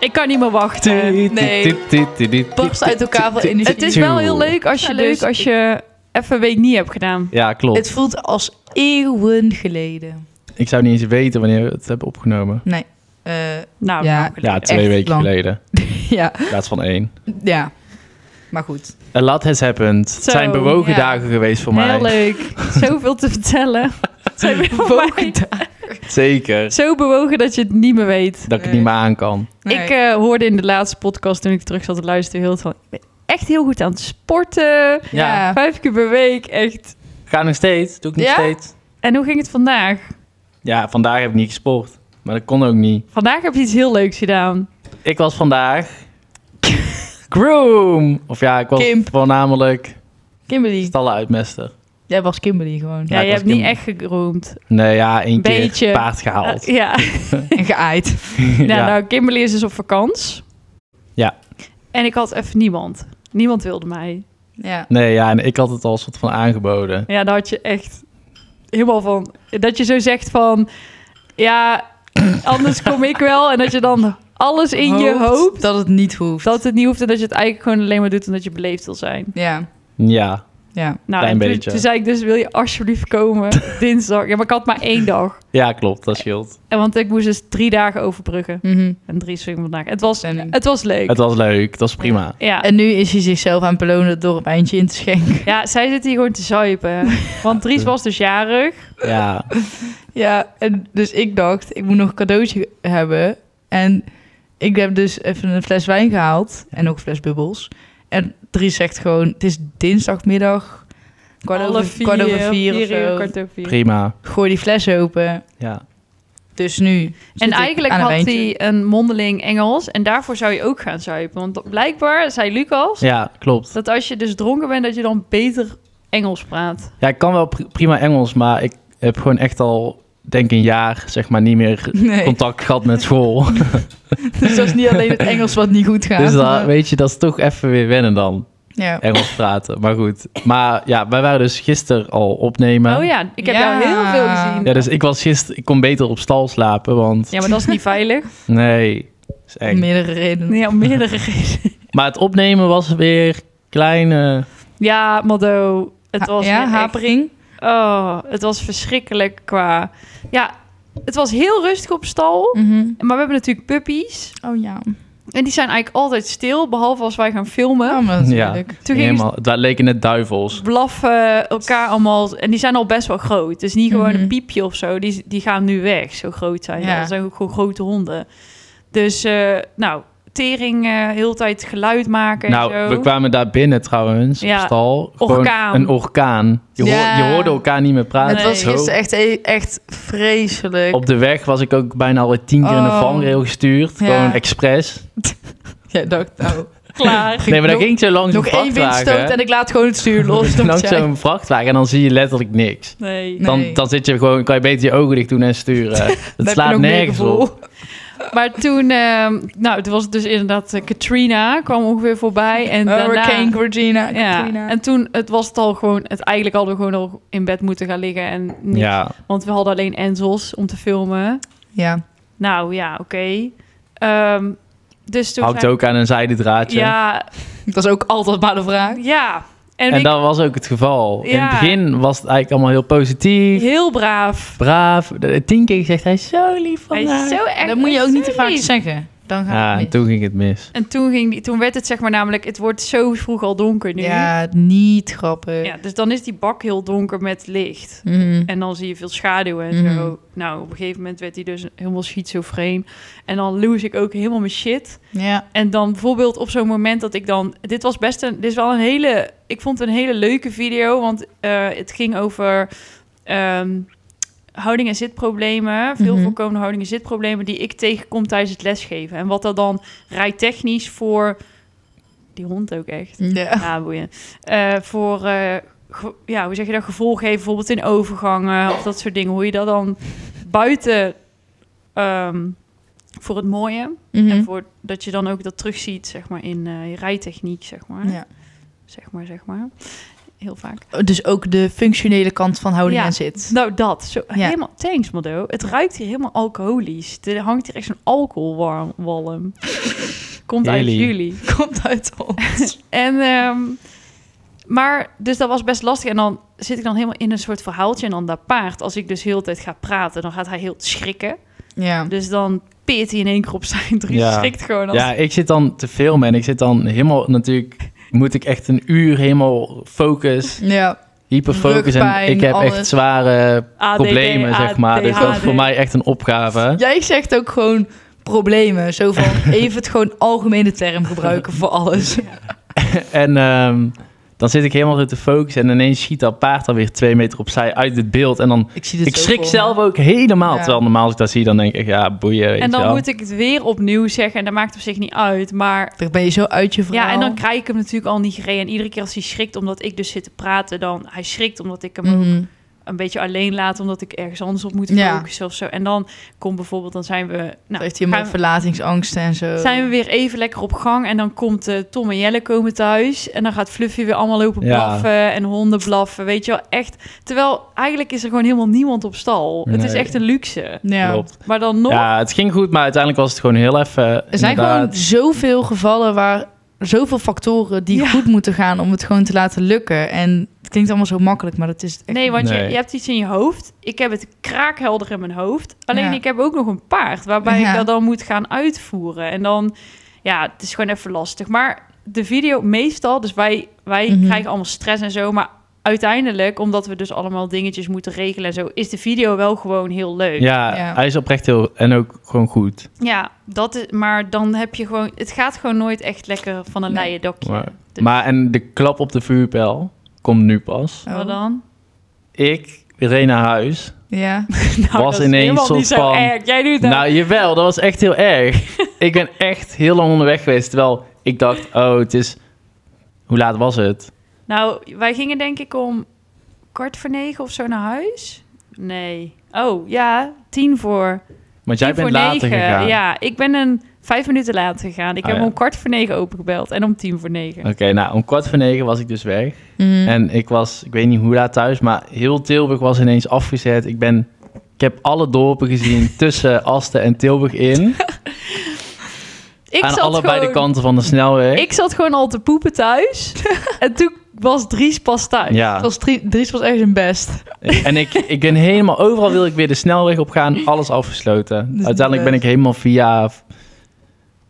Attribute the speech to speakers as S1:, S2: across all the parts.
S1: Ik kan niet meer wachten. Eh, Nee.
S2: Nee.
S3: Barst uit elkaar van energie.
S1: Het is wel heel leuk als je,
S3: Ja,
S1: dus,
S3: leuk.
S1: als je even een week niet hebt gedaan.
S2: Ja, klopt.
S3: Het voelt als eeuwen geleden.
S2: Ik zou niet eens weten wanneer we het hebben opgenomen.
S3: Nee. Eh,
S1: Nou,
S3: Ja.
S1: nou, geleden.
S2: Ja, twee
S3: Echt
S2: weken
S3: lang.
S2: geleden.
S3: ja,
S2: In plaats van één.
S3: ja. Maar goed.
S2: A lot has happened. het
S1: Zo,
S2: zijn bewogen
S3: ja.
S2: dagen geweest voor
S1: Heel
S2: mij.
S1: leuk. Zoveel te vertellen. Het Zijn weer voor mij
S2: Zeker.
S1: zo bewogen dat je het niet meer weet.
S2: Dat ik het
S3: Nee.
S2: niet meer aan kan.
S3: Nee.
S1: Ik eh, hoorde in de laatste podcast toen ik terug zat te luisteren heel het van... Ik ben echt heel goed aan het sporten.
S2: Ja.
S3: Ja.
S1: Vijf keer per week, echt.
S2: Ga nog steeds. Doe ik nog
S3: Ja?
S2: steeds.
S1: En hoe ging het vandaag?
S2: Ja, vandaag heb ik niet gesport. Maar dat kon ook niet.
S1: Vandaag heb je iets heel leuks gedaan.
S2: Ik was vandaag... Groom! Of ja, ik was
S3: Kimp.
S2: voornamelijk
S3: Kimberly.
S2: stallen uitmester.
S3: Jij was Kimberly gewoon.
S1: Ja,
S2: ik
S1: je
S2: was
S1: hebt niet
S2: kim-
S1: echt geroemd.
S2: Nee, ja, één
S1: Beetje.
S2: keer paard gehaald.
S1: ja.
S3: En geaaid.
S1: Ja,
S2: ja.
S1: nou, Kimberly is dus op vakantie.
S2: Ja.
S1: En ik had even niemand. Niemand wilde mij.
S3: Ja.
S2: Nee, ja, en ik had het al soort van aangeboden.
S1: Ja, daar had je echt helemaal van... Dat je zo zegt van... Ja, anders kom ik wel. En dat je dan alles in je hoopt
S3: dat het niet hoeft.
S1: dat het niet hoeft. En dat je het eigenlijk gewoon alleen maar doet omdat je beleefd wil zijn.
S3: Ja.
S2: Ja,
S3: Ja.
S1: Nou,
S2: Klein
S1: en toen,
S2: beetje.
S1: toen zei ik dus, wil je alsjeblieft komen dinsdag? Ja, maar ik had maar één dag.
S2: ja klopt, dat scheelt.
S1: En want ik moest dus drie dagen overbruggen.
S3: Mhm.
S1: En drie swingen vandaag. Het was,
S3: Planning.
S1: het was leuk.
S2: Het was leuk, dat is prima.
S1: ja.
S3: En nu is hij zichzelf aan het belonen door een eindje in te schenken.
S1: ja, zij zit hier gewoon te zuipen. Want Dries was dus jarig.
S2: Ja,
S3: Ja, en dus ik dacht, ik moet nog een cadeautje hebben. En ik heb dus even een fles wijn gehaald en ook een fles bubbels. En Dries zegt gewoon, het is dinsdagmiddag, kwart,
S1: Alle
S3: over, kwart over vier, of
S1: uur,
S3: zo.
S1: kwart over vier.
S2: prima.
S3: Gooi die fles open,
S2: Ja,
S3: dus nu zit
S1: En
S3: ik
S1: eigenlijk
S3: aan een
S1: had
S3: wijntje.
S1: hij een mondeling Engels. En daarvoor zou je ook gaan zuipen. Want blijkbaar, zei Lucas,
S2: ja klopt.
S1: dat als je dus dronken bent, dat je dan beter Engels praat.
S2: Ja, ik kan wel pri- prima Engels, maar ik heb gewoon echt al, denk een jaar, zeg maar, niet meer
S3: Nee,
S2: contact gehad met school.
S3: dus dat is niet alleen het Engels wat niet goed gaat.
S2: dus dat,
S3: maar-
S2: weet je, dat is toch even weer wennen dan,
S3: ja.
S2: Engels praten. Maar goed. Maar ja, wij waren dus gisteren al opnemen.
S1: Oh ja, ik heb
S3: Ja.
S1: jou heel veel gezien.
S2: Ja, dus ik was gisteren, ik kon beter op stal slapen, want
S1: Ja, maar dat is niet veilig.
S2: nee, is eng.
S3: meerdere redenen.
S1: Ja, om meerdere redenen.
S2: Maar het opnemen was weer kleine.
S1: Ja, Maddo, het
S3: Ha-
S1: was
S3: ja,
S1: weer echt-
S3: hapering.
S1: Oh, het was verschrikkelijk qua... Ja, het was heel rustig op stal.
S3: Mhm.
S1: Maar we hebben natuurlijk puppies.
S3: Oh ja,
S1: En die zijn eigenlijk altijd stil, behalve als wij gaan filmen.
S3: ja Oh, maar natuurlijk.
S1: Toen gingen
S2: helemaal, dat leken net duivels.
S1: ze blaffen eh, elkaar allemaal. En die zijn al best wel groot. Dus niet gewoon
S3: Mhm.
S1: een piepje of zo. Die, die gaan nu weg, zo groot zijn. ze.
S3: Ja.
S1: Dat zijn ook gewoon grote honden. Dus, eh, nou, tering eh heel de tijd geluid maken
S2: nou,
S1: en zo.
S2: we kwamen daar binnen trouwens,
S1: Ja,
S2: op stal. Gewoon
S1: orkaan.
S2: Een orkaan. Je,
S3: Ja.
S2: hoor- je hoorde elkaar niet meer praten.
S3: Het
S1: Nee.
S3: was
S2: Zo.
S3: gisteren echt, e- echt vreselijk.
S2: Op de weg was ik ook bijna alweer tien keer in de
S3: Oh.
S2: vangrail gestuurd.
S3: Ja.
S2: Gewoon expres.
S3: Jij dacht, nou...
S1: Klaar.
S2: Nee, maar dan
S3: nog-
S2: ging ik zo langs
S3: Nog
S2: een
S3: één
S2: vrachtwagen.
S3: windstoot en ik laat gewoon het stuur los. dacht
S2: langs
S3: jij.
S2: zo'n vrachtwagen en dan zie je letterlijk niks.
S1: Nee.
S3: Nee.
S2: Dan, dan zit je gewoon, kan je beter je ogen dicht doen en sturen.
S3: Dan
S2: Het
S3: heb je
S2: slaat
S3: nog meer
S2: nergens
S3: gevoel.
S2: op.
S1: Maar toen, ehm, nou, toen was het dus inderdaad eh, Katrina kwam ongeveer voorbij. En daarna,
S3: Hurricane Regina.
S1: ja, en toen het was het al gewoon, het, eigenlijk hadden we gewoon al in bed moeten gaan liggen. En niet,
S2: Ja,
S1: Want we hadden alleen Enzels om te filmen.
S3: ja.
S1: Nou ja, oké. Ehm, dus toen
S2: hangt
S1: zei-
S2: ook aan een zijden draadje.
S1: Ja,
S3: Dat is ook altijd maar de vraag.
S1: ja. En,
S2: En
S1: ik-
S2: dat was ook het geval. In het
S1: Ja.
S2: begin was het eigenlijk allemaal heel positief,
S1: heel braaf.
S2: braaf. De- Tien keer gezegd, hij is zo lief van
S1: Hij
S2: haar.
S1: is zo erg.
S3: dat moet je ook niet te vaak
S1: lief.
S3: zeggen. Dan gaat
S2: Ja,
S3: het
S2: en
S3: mis.
S2: toen ging het mis.
S1: En toen, ging die, toen werd het zeg maar namelijk, het wordt zo vroeg al donker nu.
S3: Ja, niet grappig.
S1: Ja, dus dan is die bak heel donker met licht.
S3: Mhm.
S1: En dan zie je veel schaduwen en
S3: Mhm.
S1: zo. Nou, op een gegeven moment werd hij dus helemaal schizofreen. En dan lose ik ook helemaal mijn shit.
S3: ja.
S1: En dan bijvoorbeeld op zo'n moment dat ik dan... Dit was best een... Dit is wel een hele... Ik vond het een hele leuke video. Want eh, het ging over ehm, houding- en zitproblemen. Veel
S3: Mhm.
S1: voorkomende houding- en zitproblemen die ik tegenkom tijdens het lesgeven. En wat dat dan rijtechnisch voor... Die hond ook echt.
S3: Ja.
S1: Ja, boeien. Eh, voor, eh, ge- ja, hoe zeg je dat, gevolg geven, bijvoorbeeld in overgangen of dat soort dingen. Hoe je dat dan buiten ehm, voor het mooie
S3: Mhm.
S1: en voor dat je dan ook dat terugziet, zeg maar, in eh, je rijtechniek, zeg maar.
S3: Ja.
S1: Zeg maar, zeg maar. heel vaak.
S3: Dus ook de functionele kant van houding
S1: Ja.
S3: en zit.
S1: Nou, dat. Zo,
S3: Ja.
S1: Helemaal, thanks, Mado. Het ruikt hier helemaal alcoholisch. Er hangt hier echt zo'n alcoholwalm. Komt uit
S2: Jullie.
S1: jullie.
S3: Komt uit ons.
S1: En, ehm, maar, dus dat was best lastig. En dan zit ik dan helemaal in een soort verhaaltje. En dan dat paard, als ik dus heel de tijd ga praten, dan gaat hij heel schrikken.
S3: ja.
S1: Dus dan peert hij in één keer op zijn drie.
S2: Ja.
S1: Schrikt gewoon. Als,
S2: Ja, ik zit dan te filmen en ik zit dan helemaal natuurlijk... Moet ik echt een uur helemaal focus,
S3: Ja.
S2: hyperfocus. En
S3: Rugpijn,
S2: ik heb echt
S3: alles.
S2: zware
S1: ADD,
S2: problemen, zeg maar. Dus dat is voor
S1: ADHD.
S2: mij echt een opgave.
S3: Jij zegt ook gewoon problemen. Zo van even het gewoon algemene term gebruiken voor alles.
S2: En ehm, dan zit ik helemaal zo te focussen en ineens schiet dat paard alweer twee meter opzij uit het beeld. En dan,
S3: Ik zie dit
S2: ik
S3: zo
S2: schrik
S3: voor
S2: zelf
S3: me.
S2: ook helemaal.
S3: Ja.
S2: Terwijl normaal als ik dat zie, dan denk ik, ja, boeien, weet
S1: En
S2: je
S1: dan
S2: wel.
S1: moet ik het weer opnieuw zeggen. En dat maakt op zich niet uit. Maar
S3: Dan ben je zo uit je verhaal.
S1: Ja, en dan krijg ik hem natuurlijk al niet gereden. En iedere keer als hij schrikt, omdat ik dus zit te praten, dan hij schrikt omdat ik hem ook Nou,
S3: Mhm.
S1: een beetje alleen laat, omdat ik ergens anders op moet
S3: Ja.
S1: focussen of zo. En dan komt bijvoorbeeld, dan zijn we,
S3: Dan
S1: nou,
S3: heeft hij eh, helemaal
S1: gaan we-
S3: verlatingsangst en zo.
S1: zijn we weer even lekker op gang. En dan komt eh, Tom en Jelle komen thuis en dan gaat Fluffy weer allemaal lopen
S2: Ja.
S1: blaffen en honden blaffen, weet je wel, echt. Terwijl eigenlijk is er gewoon helemaal niemand op stal. Het is
S2: Nee.
S1: echt een luxe.
S3: ja.
S2: Klopt.
S1: Maar dan nog,
S2: Ja, het ging goed, maar uiteindelijk was het gewoon heel even...
S3: Er zijn
S2: inderdaad,
S3: gewoon zoveel gevallen waar zoveel factoren die
S1: Ja.
S3: goed moeten gaan om het gewoon te laten lukken. En het klinkt allemaal zo makkelijk, maar dat is het echt.
S1: Nee, want Je,
S2: Nee.
S1: je hebt iets in je hoofd. Ik heb het kraakhelder in mijn hoofd. Alleen
S3: Ja.
S1: ik heb ook nog een paard waarbij
S3: Ja.
S1: ik dat dan moet gaan uitvoeren. En dan, ja, het is gewoon even lastig. Maar de video meestal, dus wij, wij
S3: Mhm.
S1: krijgen allemaal stress en zo. Maar uiteindelijk, omdat we dus allemaal dingetjes moeten regelen en zo, is de video wel gewoon heel leuk.
S2: Ja,
S3: Ja.
S2: hij is oprecht heel... En ook gewoon goed.
S1: Ja, dat is, maar dan heb je gewoon, het gaat gewoon nooit echt lekker van een
S3: Nee.
S1: leien dakje.
S2: Maar,
S1: Dus-
S2: maar en de klap op de vuurpijl komt nu pas.
S1: Wat dan?
S2: Ik reed naar huis.
S3: Ja.
S1: Nou,
S2: Was
S1: dat is
S2: ineens
S1: helemaal niet
S2: soort
S1: zo
S2: van-
S1: erg. Jij doet dat.
S2: Nou, jawel, dat was echt heel erg. ik ben echt heel lang onderweg geweest. Terwijl ik dacht, oh, het is... Hoe laat was het?
S1: Nou, wij gingen denk ik om kwart voor negen of zo naar huis. Nee. Oh, ja, tien voor.
S2: Want jij
S1: tien
S2: bent
S1: voor
S2: later
S1: negen.
S2: gegaan.
S1: Ja, ik ben een vijf minuten later gegaan. Ik
S2: Ah,
S1: heb
S2: ja.
S1: om kwart voor negen opengebeld en om tien voor negen.
S2: Oké, nou, om kwart voor negen was ik dus weg.
S1: Mm.
S3: Mhm.
S2: En ik was, ik weet niet hoe laat thuis, maar heel Tilburg was ineens afgezet. Ik ben... Ik heb alle dorpen gezien tussen Asten en Tilburg in.
S1: Ik,
S2: aan
S1: zat
S2: allebei
S1: gewoon,
S2: de kanten van de snelweg.
S1: ik zat gewoon al te poepen thuis. en toen was Dries pas thuis.
S2: ja.
S3: Het was drie, Dries was echt zijn best.
S2: En ik, ik ben helemaal overal wil ik weer de snelweg op gaan, alles afgesloten.
S3: niet
S2: Uiteindelijk ben ik
S3: best.
S2: helemaal via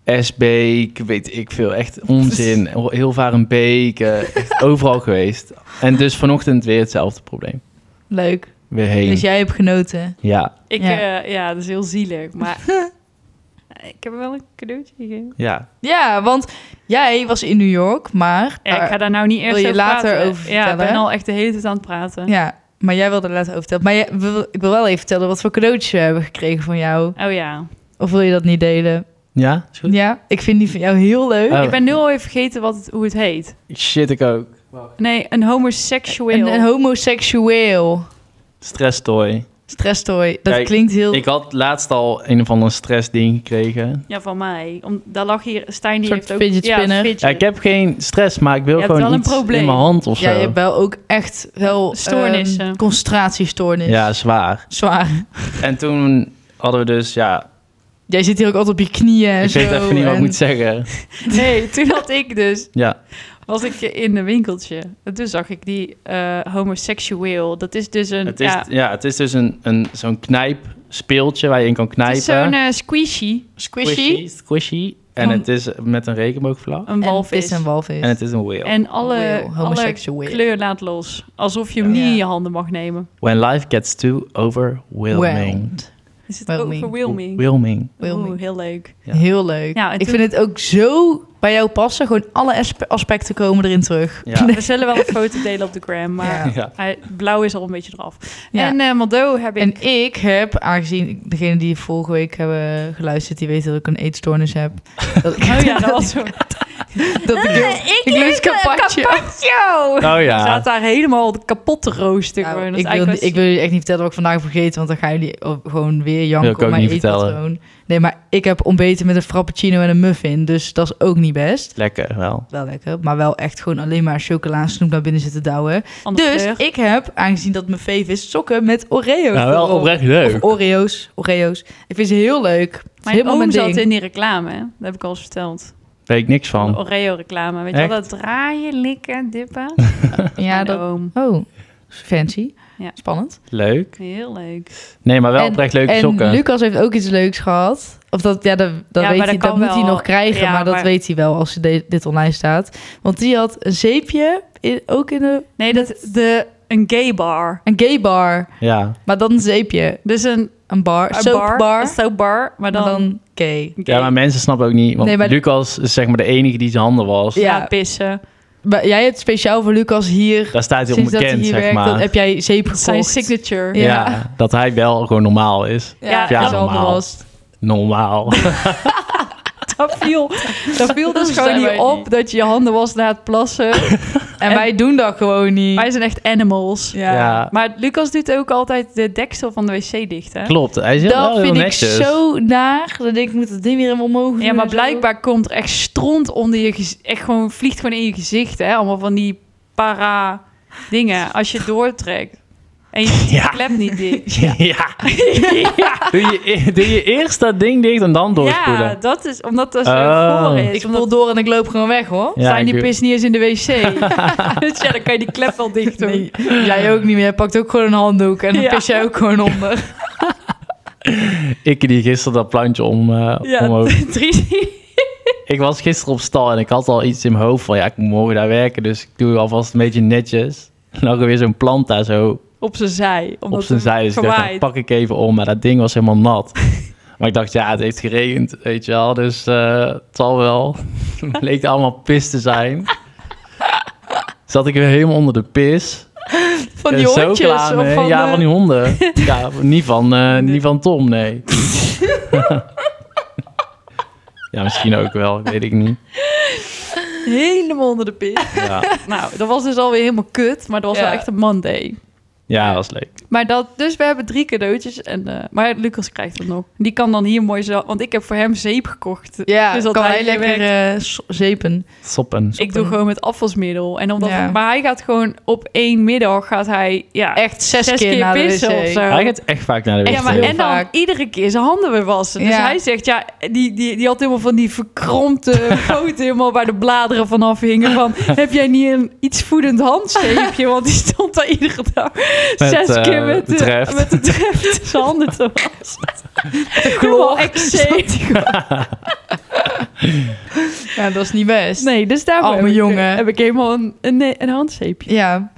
S2: SB, ik weet ik veel, echt onzin. Heel Varenbeek, eh, echt overal geweest. En dus vanochtend weer hetzelfde probleem.
S3: Leuk.
S2: Weer heen.
S3: Dus jij hebt genoten.
S2: Ja,
S1: Ik,
S3: Ja.
S1: ja. ja, dat is heel zielig. Maar ik heb hem wel een cadeautje gegeven.
S2: ja.
S3: Ja, want jij was in New York, maar.
S1: Ja, ik ga daar nou niet eerst
S3: Wil je
S1: over
S3: later
S1: praten.
S3: over
S1: Ja, ik
S3: vertellen?
S1: ben al echt de hele tijd aan het praten.
S3: ja, maar jij wilde er later over vertellen. Maar jij- wil- ik wil wel even vertellen wat voor cadeautjes we hebben gekregen van jou.
S1: Oh ja.
S3: Of wil je dat niet delen?
S2: Ja, is goed.
S3: Ja, ik vind die van jou heel leuk.
S2: Oh.
S1: Ik ben nu al even vergeten wat het, hoe het heet.
S2: Shit, ik ook.
S1: Nee, een homoseksueel.
S3: een, een homoseksueel
S2: Stresstooi.
S3: stresstooi. Dat
S2: Kijk,
S3: klinkt heel.
S2: Ik had laatst al een of ander stressding gekregen.
S1: ja, van mij. Om, daar lag hier... Stijn die
S3: Soort
S1: heeft ook...
S3: fidget spinner.
S1: Ja, fidget.
S2: Ja, ik heb geen stress, maar ik wil
S1: Je hebt wel
S2: gewoon
S1: een
S2: iets
S1: probleem.
S2: in mijn hand of zo.
S3: Ja, je hebt wel ook echt wel...
S1: Stoornissen.
S3: ehm, concentratiestoornis.
S2: ja, zwaar.
S3: Zwaar.
S2: En toen hadden we dus, ja,
S3: Jij zit hier ook altijd op je knieën en
S2: ik
S3: zo.
S2: weet even niet wat ik
S3: en-
S2: moet zeggen.
S1: Nee, toen had ik dus...
S2: Ja,
S1: Was ik in een winkeltje. En toen zag ik die eh, homoseksueel. Dat is dus een...
S2: het is, ja.
S1: ja,
S2: het is dus een, een, zo'n knijpspeeltje waar je in kan
S1: het
S2: knijpen.
S1: is zo'n eh, squishy.
S3: eh, Squishy. Oh.
S2: Squishy. En
S1: Van-
S2: het is met een regenboogvlag.
S1: Een
S3: En het
S1: walvis.
S3: is een
S1: En,
S3: walvis.
S2: En het is een
S1: alle,
S2: whale.
S3: Whale,
S1: alle
S3: homoseksueel.
S1: kleur laat los. Alsof je hem
S3: Ja.
S1: niet in je handen mag nemen.
S2: When life gets too overwhelming.
S3: Whelmed.
S1: Is het
S3: Whelming.
S1: overwhelming?
S2: Whelming.
S3: Whelming.
S1: Oeh, heel leuk.
S2: Ja.
S3: Heel leuk.
S1: Ja, en
S3: ik
S1: toen-
S3: vind het ook zo bij jou passen. Gewoon alle aspe- aspecten komen erin terug.
S2: Ja.
S1: We zullen wel een foto delen op de gram, maar...
S3: Ja.
S2: Ja.
S1: Hij, blauw is al een beetje eraf.
S3: Ja.
S1: En eh Mado heb ik...
S3: En ik heb, aangezien degene die vorige week hebben geluisterd, die weten Oh dat ik een eetstoornis heb. Dat ik-
S1: Oh ja, dat was zo.
S3: Dat ik, ik, lust carpaccio.
S1: Yo!
S2: Oh
S1: Ze
S2: ja.
S1: zaten daar helemaal kapot te roosteren.
S3: Nou,
S1: gewoon. Dat is
S3: ik, wil,
S1: eigenlijk
S3: ik wil jullie echt niet vertellen wat ik vandaag heb gegeten, want dan gaan jullie op- gewoon weer janken
S2: Wil ik ook
S3: op mijn
S2: niet vertellen.
S3: eetpatroon. Nee, maar ik heb ontbeten met een frappuccino en een muffin, dus dat is ook niet best.
S2: Lekker wel.
S3: Wel lekker, maar wel echt gewoon alleen maar chocola en snoep naar binnen zitten douwen.
S1: best anders
S3: Dus
S1: weer.
S3: ik heb, aangezien dat mijn fave is, sokken met Oreo's.
S2: Nou, wel
S3: erop.
S2: oprecht
S3: Of
S2: leuk.
S3: Oreo's, Oreo's. Ik vind ze heel leuk.
S1: Mijn
S3: helemaal
S1: oom
S3: mijn
S1: zat
S3: ding.
S1: in die reclame, hè? dat heb ik al eens verteld.
S2: Weet ik niks
S1: Van de
S3: Oh.
S2: van.
S1: Oreo-reclame. Weet je wel, dat draaien, likken, dippen.
S3: Ja,
S1: Mijn
S3: dat...
S1: oom.
S3: Oh, fancy.
S1: Ja.
S3: Spannend.
S2: Leuk.
S1: Heel leuk.
S2: Nee, maar wel oprecht leuke
S3: en
S2: sokken.
S3: Lucas heeft ook iets leuks gehad. Of dat, ja, dat, dat,
S1: Ja,
S3: weet
S1: maar
S3: hij,
S1: dat
S3: dat
S1: kan
S3: moet hij
S1: wel.
S3: nog krijgen,
S1: Ja,
S3: maar dat
S1: maar-
S3: weet hij wel als hij de- dit online staat. Want die had een zeepje, in- ook in een,
S1: Nee, dat, de, een gay bar.
S3: een gay bar,
S2: Ja.
S3: maar dan een zeepje.
S1: Dus een,
S3: Een bar,
S1: een
S3: soapbar,
S1: bar, een
S3: maar
S1: soapbar, maar
S3: dan,
S1: dan...
S3: gay.
S1: gay.
S2: ja, maar mensen snappen ook niet. Want
S3: Nee, maar-
S2: Lucas is zeg maar de enige die zijn handen was.
S3: Ja.
S1: ja. pissen.
S3: Maar jij hebt speciaal voor Lucas hier,
S2: Daar staat hij
S3: sinds dat hij
S2: onbekend,
S3: hier
S2: zeg
S3: werkt, dan
S2: maar.
S3: heb jij zeep gekocht.
S1: Zijn signature.
S2: Ja.
S3: Ja.
S2: dat hij wel gewoon normaal is.
S3: Ja,
S1: Ja,
S3: dat is
S2: normaal.
S3: allemaal vast.
S2: Normaal.
S1: Dat viel, dat viel dus
S3: Dat
S1: gewoon
S3: zijn
S1: niet
S3: wij
S1: op
S3: niet.
S1: dat je je handen was na het plassen.
S3: En, wij doen dat gewoon niet.
S1: Wij zijn echt animals.
S2: ja.
S1: Maar Lucas doet ook altijd de deksel van de wc dicht, hè?
S2: klopt. Hij is heel- wel
S3: dat
S2: heel
S3: vind ik
S2: netjes.
S3: zo naar. Dat ik moet dat ding weer helemaal omhoog doen
S1: Ja, maar
S3: en zo.
S1: blijkbaar komt er echt stront onder je gez- Echt gewoon, vliegt gewoon in je gezicht, hè? Allemaal van die para dingen. Als je doortrekt. En je doet die
S2: Ja.
S1: klep niet dicht.
S2: Ja. Doe, je, doe je eerst dat ding dicht en dan doorspoelen.
S1: Ja, dat is omdat dat zo
S2: Oh.
S1: voor is.
S3: Ik
S1: Omdat
S3: spoel door en ik loop gewoon weg, hoor.
S2: Ja,
S1: zijn die
S2: ik-
S1: pis niet eens in de wc. dus ja, dan kan je die klep wel dicht doen.
S3: Nee, jij ook niet meer. Jij pakt ook gewoon een handdoek en dan
S1: Ja.
S3: pis jij ook gewoon onder.
S2: Ik die gisteren dat plantje om, eh,
S1: Ja,
S2: omhoog.
S1: drie.
S2: Ik was gisteren op stal en ik had al iets in mijn hoofd van... ja, ik moet morgen daar werken, dus ik doe alvast een beetje netjes. En dan weer zo'n plant daar zo
S1: Op zijn zij. Omdat
S2: op zijn
S1: hij
S2: zij. Dus ik dacht,
S1: gewaaid.
S2: dat pak ik even om. Maar dat ding was helemaal nat. maar ik dacht, ja, het heeft geregend, weet je wel. Dus eh, het zal wel. Het leek allemaal pis te zijn. Zat ik weer helemaal onder de pis.
S3: Van
S2: Ik
S3: die
S2: ben zo
S3: hondjes.
S2: klaar
S3: of
S2: mee.
S3: van
S2: ja,
S3: de-
S2: van die honden. ja, niet van, eh, niet van Tom, nee. ja, misschien ook wel, weet ik niet.
S1: Helemaal onder de pis.
S2: Ja,
S1: nou, dat was dus alweer helemaal kut. Maar dat was
S3: Ja.
S1: wel echt een Monday.
S2: ja was leuk.
S1: Maar dat, dus we hebben drie cadeautjes. En, eh, maar Lucas krijgt het nog. Die kan dan hier mooi zelf... Want ik heb voor hem zeep gekocht.
S3: Ja,
S1: Dus dat
S3: kan
S1: hij
S3: hij
S1: hier
S3: lekker eh, s- zeepen.
S2: Soppen.
S1: Ik doe gewoon met afwasmiddel. En omdat
S3: Ja.
S1: maar hij gaat gewoon op één middag... gaat hij ja,
S3: Echt zes,
S1: zes
S3: keer,
S1: keer
S3: naar de
S1: pissen
S3: wc.
S1: of zo.
S2: Hij gaat echt vaak naar de
S1: Ja,
S2: wc.
S1: maar en dan
S3: vaak.
S1: iedere keer zijn handen weer wassen. Dus
S3: Ja.
S1: hij zegt, ja, die, die, die had helemaal van die verkrompte poten helemaal waar de bladeren vanaf hingen. Van, heb jij niet een iets voedend handzeepje? Want die stond daar iedere dag
S2: Met,
S1: zes
S2: eh,
S1: keer met de,
S2: betreft.
S1: met de treft zijn handen te wassen. Helemaal
S3: kloor.
S1: eczeem.
S3: Ja, dat is niet best.
S1: Nee, dus daarvoor
S3: Arme
S1: heb,
S3: jongen.
S1: Ik, heb ik helemaal een, een, een handzeepje.
S3: Ja,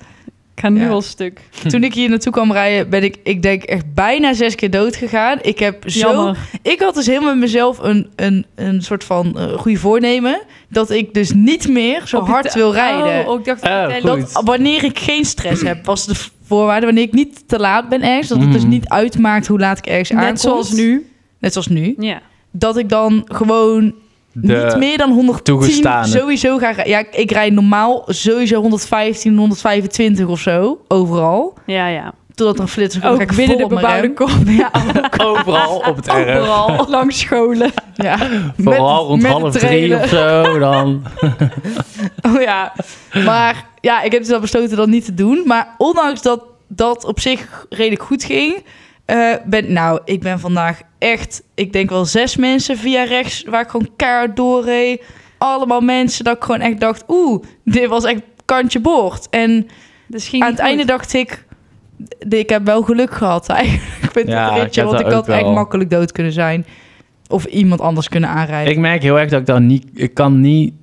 S1: Ik ga nu
S3: Ja.
S1: al stuk.
S3: toen ik hier naartoe kwam rijden, ben ik, ik denk echt bijna zes keer dood gegaan. Ik heb zo
S1: Jammer.
S3: Ik had dus helemaal met mezelf een, een, een soort van eh goede voornemen. Dat ik dus niet meer zo
S1: Op je
S3: hard
S1: te-
S3: wil rijden.
S1: Oh, oh, ik dacht,
S2: Eh,
S1: vertel-
S2: goed.
S3: dat wanneer ik geen stress heb, was de voorwaarde. Wanneer ik niet te laat ben ergens. Dat het dus
S2: Mhm.
S3: niet uitmaakt hoe laat ik ergens
S1: net
S3: aankom.
S1: zoals nu.
S3: Net zoals nu.
S1: Ja.
S3: Dat ik dan gewoon
S2: De-
S3: niet meer dan 110
S2: toegestane.
S3: sowieso ga rijden. Ja, ik, ik rijd normaal sowieso 115, 125 of zo. Overal.
S1: Ja, ja.
S3: Totdat er een flitser komt. ga
S1: Ook
S3: ik
S1: binnen
S3: vol
S1: de
S3: op mijn
S1: bebouwde
S3: rem.
S1: kom.
S3: Ja,
S2: Overal op het erf.
S1: Overal. Langs scholen.
S3: ja.
S2: Vooral rond
S3: met de
S2: half drie
S3: trailer.
S2: of zo dan.
S3: Oh ja. Maar ja, ik heb dus al besloten dat niet te doen. Maar ondanks dat dat op zich redelijk goed ging, eh, ben nou, ik ben vandaag echt, ik denk wel zes mensen via rechts waar ik gewoon keihard doorreed. Allemaal mensen dat ik gewoon echt dacht, oeh, dit was echt kantje boord. En
S1: Dus ging
S3: aan het
S1: niet
S3: einde
S1: goed.
S3: dacht ik, d- ik heb wel geluk gehad eigenlijk met
S2: Ja,
S3: dit
S2: ik
S3: ritje,
S2: had
S3: want
S2: dat
S3: ik had
S2: ook wel.
S3: echt makkelijk dood kunnen zijn. Of iemand anders kunnen aanrijden.
S2: Ik merk heel erg dat ik dan niet... Ik kan niet...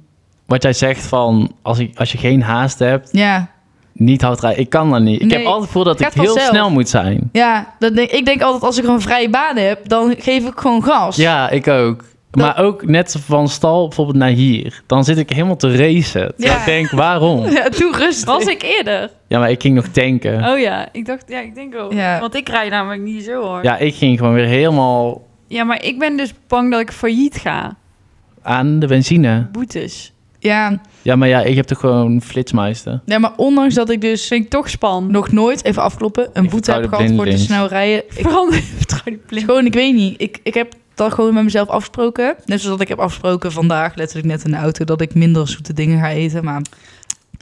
S2: Wat jij zegt van... Als, ik, als je geen haast hebt,
S3: Ja.
S2: niet hard rijden. Ik kan dat niet. Ik
S3: Nee,
S2: heb altijd het gevoel dat
S3: het
S2: ik
S3: gaat
S2: heel
S3: vanzelf.
S2: snel moet zijn.
S3: Ja, dat denk, ik denk altijd als ik een vrije baan heb, dan geef ik gewoon gas.
S2: Ja, ik ook. Maar ook net van stal bijvoorbeeld naar hier. Dan zit ik helemaal te racen. Terwijl
S3: Ja.
S2: Ik denk, waarom?
S3: Ja, doe rustig.
S1: Was ik eerder?
S2: Ja, maar ik ging nog tanken.
S1: Oh ja, ik dacht, ja, ik denk ook.
S3: Ja.
S1: Want ik rij namelijk niet zo hard. Ja.
S2: Ja, ik ging gewoon weer helemaal
S1: maar ik ben dus bang dat ik failliet ga.
S2: aan de benzine.
S1: Boetes.
S3: Ja,
S2: Ja, maar ja, ik heb toch gewoon flitsmeister.
S3: nee, maar ondanks dat ik dus
S1: vind ik toch spannend.
S3: nog nooit, even afkloppen, een
S2: Ik
S3: boete
S2: vertrouw
S3: heb
S2: de
S3: gehad voor te
S2: blindelings.
S3: snel rijden. Ik,
S1: Verander, vertrouw die
S3: het is
S1: blind.
S3: gewoon, ik weet niet. Ik, ik heb dat gewoon met mezelf afgesproken. Net zoals dat ik heb afgesproken vandaag, letterlijk net in de auto, dat ik minder zoete dingen ga eten. Maar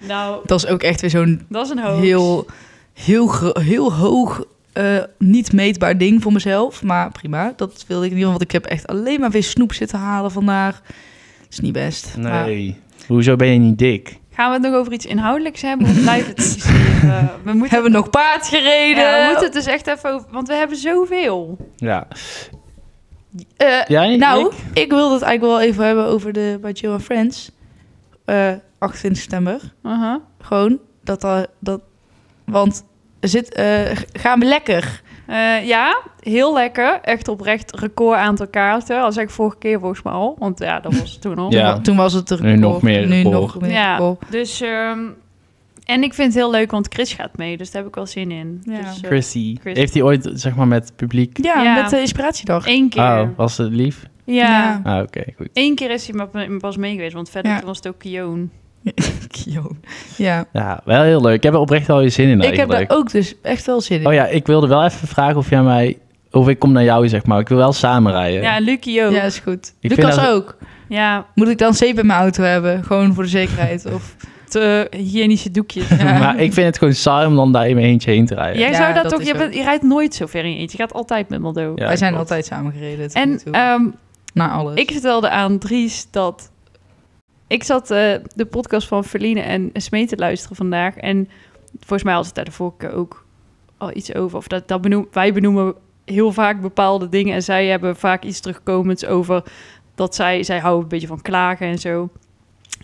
S1: Nou,
S3: dat is ook echt weer zo'n
S1: dat is een hoax.
S3: heel, heel, gro- heel hoog, eh, niet meetbaar ding voor mezelf. Maar prima, dat wilde ik niet, want ik heb echt alleen maar weer snoep zitten halen vandaag. Dat is niet best. Maar-
S2: Nee.
S3: Ah.
S2: Hoezo ben je niet dik?
S1: Gaan we het nog over iets inhoudelijks hebben? Of blijft het iets hier, eh, we moeten
S3: Hebben we nog paard gereden?
S1: Ja, we moeten het dus echt even over... Want we hebben zoveel.
S2: Ja.
S3: Eh,
S2: Jij?
S3: nou,
S2: Nick?
S3: ik wil het eigenlijk wel even hebben over de bij Jill and Friends. Eh 28 september.
S1: Aha.
S3: Gewoon dat al- dat. Want er zit, eh, g- gaan we lekker?
S1: Eh, ja, heel lekker. Echt oprecht record aantal kaarten. Dat zei ik vorige keer volgens mij al. Want ja, dat was toen al.
S2: Ja.
S3: Toen was het er
S2: Nu nog meer
S3: Nu
S2: record.
S3: nog meer
S1: Ja.
S3: record.
S1: Dus, ehm, en ik vind het heel leuk, want Chris gaat mee. Dus daar heb ik wel zin in.
S3: Ja.
S1: Dus, eh,
S2: Chrissy.
S1: Chris.
S2: Heeft hij ooit, zeg maar, met publiek...
S3: Ja,
S1: Ja.
S3: met de inspiratiedag.
S1: Eén keer.
S2: Oh, was het lief?
S1: Ja.
S3: Ja.
S2: Ah, oké, goed.
S1: Eén keer is hij maar pas mee geweest. Want verder
S3: Ja.
S1: toen was het ook Kion.
S3: Kio. ja.
S2: Ja, wel heel leuk. Ik heb er oprecht al je zin in
S3: Ik heb
S2: eigenlijk.
S3: daar ook dus echt wel zin in.
S2: Oh ja, ik wilde wel even vragen of jij mij... Of ik kom naar jou, zeg maar. Ik wil wel samen rijden.
S1: Ja, Luc Kion.
S3: Ja,
S1: Ja.
S3: is goed.
S2: Ik
S3: Lucas
S2: vind dat-
S3: ook.
S1: ja,
S3: Moet ik dan zeep in mijn auto hebben? Gewoon voor de zekerheid. Of...
S1: te hygiënische doekjes.
S3: Ja.
S2: Maar ik vind het gewoon saai om dan daar in mijn eentje heen te rijden.
S1: Jij
S3: Ja,
S1: zou dat,
S3: dat
S1: toch...
S3: is
S1: Je,
S3: ook-
S1: bent- je rijdt nooit zo ver in je eentje. Je gaat altijd met Maldo.
S2: Ja,
S3: Wij zijn
S2: klopt.
S3: altijd samen gereden. tot nu
S1: En
S3: toe.
S1: ehm,
S3: naar alles.
S1: Ik vertelde aan Dries dat... Ik zat eh, de podcast van Verline en Smee te luisteren vandaag. En volgens mij had het daar de vorige keer ook al iets over. Of dat, dat benoem, wij benoemen heel vaak bepaalde dingen. En zij hebben vaak iets terugkomends over dat zij... Zij houden een beetje van klagen en zo.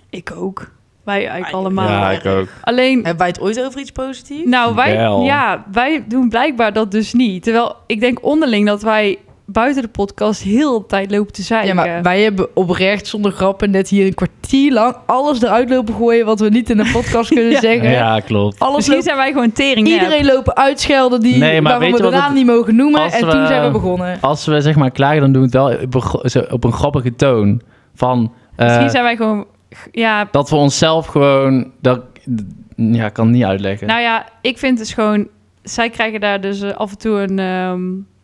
S1: Ik ook. Wij eigenlijk
S3: Wij-
S1: allemaal.
S2: Ja, ik ook.
S1: Alleen...
S3: Hebben wij het ooit over iets positiefs?
S1: Nou, wij,
S2: Wel.
S1: ja, wij doen blijkbaar dat dus niet. Terwijl ik denk onderling dat wij buiten de podcast heel de tijd lopen te zeiken.
S3: Ja, maar wij hebben oprecht zonder grappen net hier een kwartier lang alles eruit lopen gooien wat we niet in de podcast kunnen
S1: Ja.
S3: zeggen.
S2: Ja, klopt.
S3: Alles
S1: Misschien
S3: lopen-
S1: zijn wij gewoon tering.
S3: iedereen lopen uitschelden die
S2: Nee, maar
S3: waarvan
S2: weet je
S3: we de
S2: wat
S3: naam
S2: het-
S3: niet mogen noemen.
S2: als
S3: En
S2: we-
S3: toen zijn we begonnen.
S2: Als we zeg maar klagen, dan doen we het wel op een, gro- zo- op een grappige toon. Van, eh,
S1: Misschien zijn wij gewoon. Ja,
S2: dat we onszelf gewoon... Dat, ja, ik kan het niet uitleggen.
S1: nou ja, ik vind dus gewoon. Zij krijgen daar dus eh, af en toe een. ehm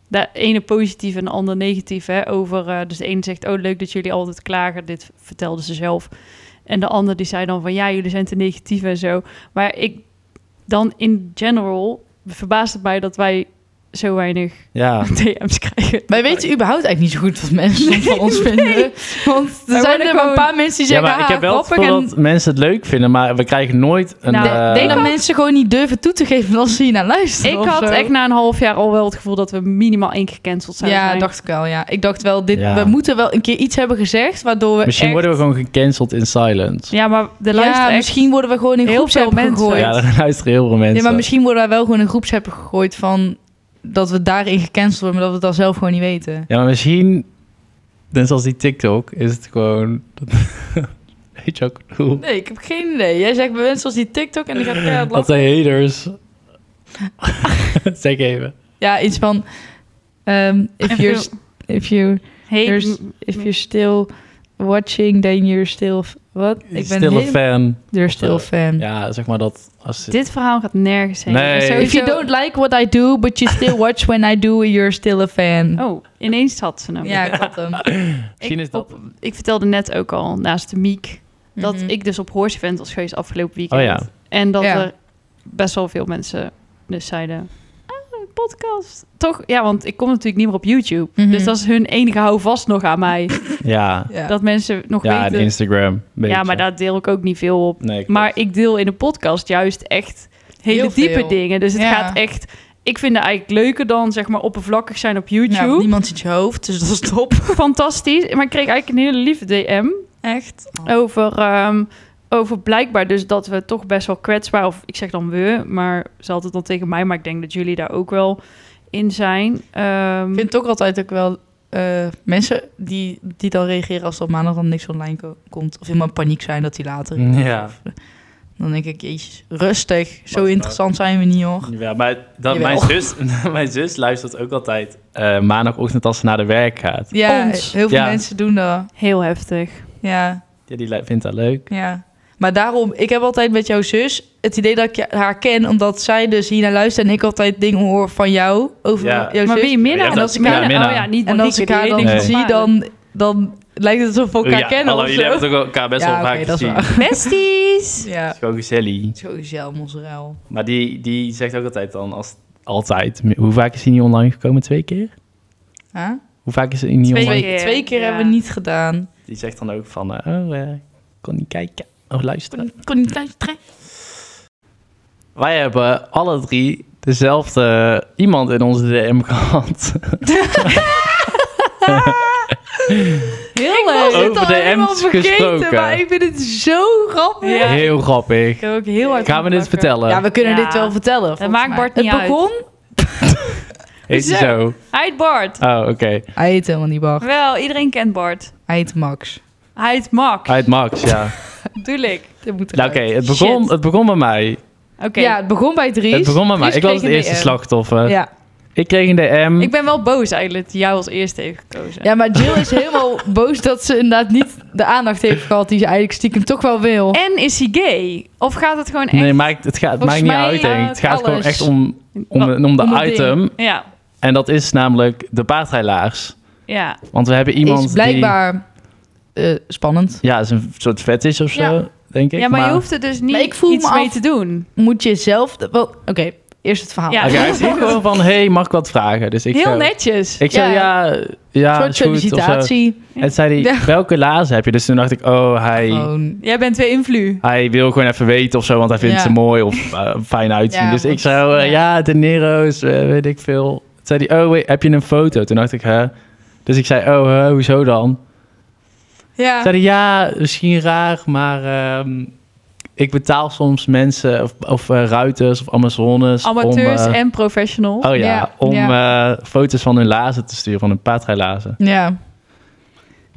S1: de ene positief en de ander negatief. Hè, over, eh, dus de ene zegt: Oh, leuk dat jullie altijd klagen. Dit vertelde ze zelf. En de ander die zei dan: van ja, jullie zijn te negatief en zo. Maar ik dan in general verbaast het mij dat wij zo weinig
S2: ja.
S1: DM's krijgen.
S3: Wij weten überhaupt eigenlijk niet zo goed wat mensen van ons vinden. Want er
S1: Wij
S3: zijn
S1: worden
S3: er maar
S1: gewoon-
S3: een paar mensen die
S2: ja,
S3: zeggen, "Ah,
S2: maar ik heb wel het
S3: grappig.
S2: gevoel
S3: En
S2: dat mensen het leuk vinden, maar we krijgen nooit een...
S1: Nou,
S2: eh,
S1: ik
S3: denk dat
S1: had-
S3: mensen gewoon niet durven toe te geven als ze hier naar luisteren
S1: Ik
S3: of
S1: had
S3: zo.
S1: echt na een half jaar al wel het gevoel dat we minimaal één keer gecanceld zouden
S3: Ja,
S1: zijn.
S3: dacht ik wel. Ja. Ik dacht wel, dit,
S2: Ja.
S3: we moeten wel een keer iets hebben gezegd waardoor we
S2: misschien
S3: echt-
S2: worden we gewoon gecanceld in silence.
S1: Ja, maar de
S3: ja,
S1: luisteraar
S3: misschien worden we gewoon in
S1: Heel veel
S3: groepsapp
S1: mensen.
S3: gegooid.
S2: Ja, dan luisteren heel veel mensen.
S3: Ja, maar misschien worden wij wel gewoon in groepsapp gegooid van dat we daarin gecanceld worden, maar dat we het dan zelf gewoon niet weten.
S2: Ja, maar misschien, net zoals die TikTok, is het gewoon... Weet je wat ik bedoel?
S3: Nee, ik heb geen idee. Jij zegt bij mensen als die TikTok en die gaat keihard
S2: Dat
S3: lachen.
S2: zijn haters. zeg even.
S3: Ja, iets van ehm, if,
S1: If
S3: you're,
S1: you-
S3: s- if, you,
S1: Hey,
S3: Eerst-
S1: m-
S3: if you're still watching, then you're still... f- Wat? Ik ben
S2: Stille
S3: heel-
S2: fan.
S3: You're still
S2: Eh,
S3: fan.
S2: Ja, zeg maar dat... Als,
S1: dit verhaal gaat nergens heen.
S2: Nee.
S1: En
S3: If
S1: sowieso-
S3: you don't like what I do, but you still watch when I do, you're still a fan.
S1: Oh, ineens had ze hem.
S3: Ja, klopt hem.
S2: Misschien is dat-
S1: op- ik vertelde net ook al, naast de Miek, dat
S3: Mhm.
S1: ik dus op Horse Event was geweest afgelopen weekend.
S2: Oh ja.
S1: En dat
S3: Ja.
S1: er best wel veel mensen dus zeiden... "Ah, een podcast. Toch? Ja, want ik kom natuurlijk niet meer op YouTube.
S3: Mhm.
S1: Dus dat is hun enige houvast nog aan mij.
S2: ja,
S3: Ja.
S1: Dat mensen nog
S2: ja en
S1: weten...
S2: Instagram. beetje.
S1: ja, maar daar deel ik ook niet veel op.
S2: Nee, klopt.
S1: Maar ik deel in de podcast juist echt hele
S3: Heel
S1: diepe
S3: veel.
S1: dingen. Dus het
S3: Ja.
S1: gaat echt... Ik vind het eigenlijk leuker dan, zeg maar, oppervlakkig zijn op
S3: Ja,
S1: YouTube.
S3: Nou, niemand ziet je hoofd, dus dat is top.
S1: Fantastisch. Maar ik kreeg eigenlijk een hele lieve DM
S3: Echt?
S1: over, ehm, over blijkbaar dus dat we toch best wel kwetsbaar... Of ik zeg dan we, maar ze had het dan tegen mij. Maar ik denk dat jullie daar ook wel in zijn. Ehm,
S3: Ik vind toch altijd ook wel eh, mensen die, die dan reageren als er op maandag dan niks online ko- komt. Of helemaal in paniek zijn dat die later is.
S2: Ja.
S3: Of, eh, Dan denk ik, jezus, rustig. Zo interessant zijn we niet hoor.
S2: Ja, maar dat,
S3: Jawel.
S2: mijn, zus, mijn zus luistert ook altijd eh, maandagochtend als ze naar de werk gaat.
S3: Ja,
S1: Ons.
S3: heel veel
S2: Ja.
S3: mensen doen dat.
S1: Heel heftig.
S3: Ja.
S2: Ja, die le- vindt dat leuk.
S3: Ja. Maar daarom, ik heb altijd met jouw zus het idee dat ik je- haar ken, omdat zij dus hier naar luistert en ik altijd dingen hoor van jou over
S2: Ja.
S3: jouw
S1: Maar
S3: zus.
S1: ben je minnaar?
S2: Ja,
S1: En
S2: dat-
S1: als ik
S2: ja,
S1: haar-
S2: minnaar.
S1: Oh ja, niet
S3: En als ik haar dan
S2: Nee.
S3: zie, dan, dan lijkt het alsof we elkaar
S2: Oh ja,
S3: kennen
S2: hallo,
S3: of
S2: jullie
S3: zo.
S2: hebben toch elkaar best
S3: Ja,
S2: wel vaak
S3: oké, dat is
S2: gezien.
S3: waar.
S1: Besties!
S3: Ja,
S2: Het is gewoon gezellig.
S3: sowieso mozzarella.
S2: Maar die, die zegt ook altijd dan, als, altijd, hoe vaak is hij niet online gekomen? Twee keer?
S3: Huh?
S2: Hoe vaak is hij niet
S1: Twee
S2: online?
S1: keer.
S3: Twee keer
S1: ja.
S3: hebben we niet gedaan.
S2: Die zegt dan ook van, eh, oh, eh, ik kon niet kijken of luisteren.
S3: Ik kon niet luisteren.
S2: Wij hebben alle drie dezelfde iemand in onze DM gehad.
S1: Heel
S3: Ik was
S1: leuk!
S2: ook.
S3: het al
S2: Over de
S3: helemaal
S2: M's
S3: vergeten,
S2: gesproken.
S3: Maar ik vind het zo grappig.
S1: Ja.
S2: Heel grappig.
S1: Ik heb ook heel hard
S2: Gaan we dit
S1: gelachen.
S2: vertellen?
S3: Ja, we kunnen
S1: Ja.
S3: dit wel vertellen. volgens
S1: maakt
S3: mij.
S1: Bart niet
S3: het
S1: uit.
S3: begon...
S2: Heet hij zo?
S1: Hij heet Bart.
S2: Oh, oké.
S3: Hij heet helemaal niet Bart.
S1: Wel, iedereen kent Bart.
S3: Hij heet Max.
S1: Hij heet Mak.
S2: Uit Max, ja.
S1: Doe ik.
S3: Dat moet
S2: Nou, oké,
S3: eruit.
S2: het, begon,
S1: Shit.
S2: het begon bij mij.
S1: Oké.
S3: Ja, het begon bij Dries.
S2: Het begon bij mij. Ik
S3: Dries
S2: was
S3: kreeg
S2: het
S3: een
S2: eerste
S3: DM.
S2: slachtoffer.
S3: Ja.
S2: Ik kreeg een DM.
S1: Ik ben wel boos eigenlijk dat jou als eerste heeft gekozen.
S3: ja, maar Jill is helemaal boos dat ze inderdaad niet de aandacht heeft gehad die ze eigenlijk stiekem toch wel wil.
S1: En is hij gay? Of gaat het gewoon echt...
S2: Nee, maakt, het gaat, het maakt
S1: Volgens
S2: niet
S1: mij,
S2: uit. denk ik. Het
S1: eh,
S2: gaat gewoon
S1: alles.
S2: echt om, om,
S1: Oh,
S2: om de
S3: om het
S2: item.
S1: Ja,
S2: En dat is namelijk de paardrijlaars.
S1: ja.
S2: Want we hebben iemand
S3: is blijkbaar eh, spannend.
S2: die... Ja, is een soort fetish of zo,
S1: Ja.
S2: denk ik.
S1: ja, maar je hoeft er dus niet
S3: Maar ik voel
S1: iets
S3: me
S1: mee
S3: af-
S1: te doen.
S3: Moet je zelf... de- wel- Oké, eerst het verhaal.
S1: Ja.
S2: Oké, hij zegt gewoon van, hey, mag ik wat vragen? Dus ik
S1: heel
S2: zo-
S1: netjes.
S2: Ik zei,
S3: Ja.
S2: ja, ja,
S3: Een
S2: is
S3: soort
S2: goed, of zo.
S3: sollicitatie.
S2: En zei hij,
S3: Ja.
S2: welke laarzen heb je? Dus toen dacht ik, oh, hij,
S3: Gewoon.
S1: Jij bent weer invlu.
S2: hij wil gewoon even weten of zo, want hij vindt
S3: Ja.
S2: ze mooi of eh, fijn uitzien.
S3: Ja,
S2: dus ik
S3: want-
S2: zei, oh, eh,
S3: ja.
S2: ja, de Nero's, eh, weet ik veel. Toen zei hij, oh, wait, heb je een foto? Toen dacht ik, hè? Dus ik zei, oh, hè, hoezo dan?
S3: Ja.
S2: Zeiden ja, misschien raar, maar ehm, ik betaal soms mensen of, of eh, ruiters of Amazones.
S1: Amateurs
S2: om, eh,
S1: en professional.
S2: Oh ja,
S3: Ja,
S2: om
S3: ja.
S2: eh, foto's van hun lazen te sturen, van hun paardrijlazen.
S3: Ja.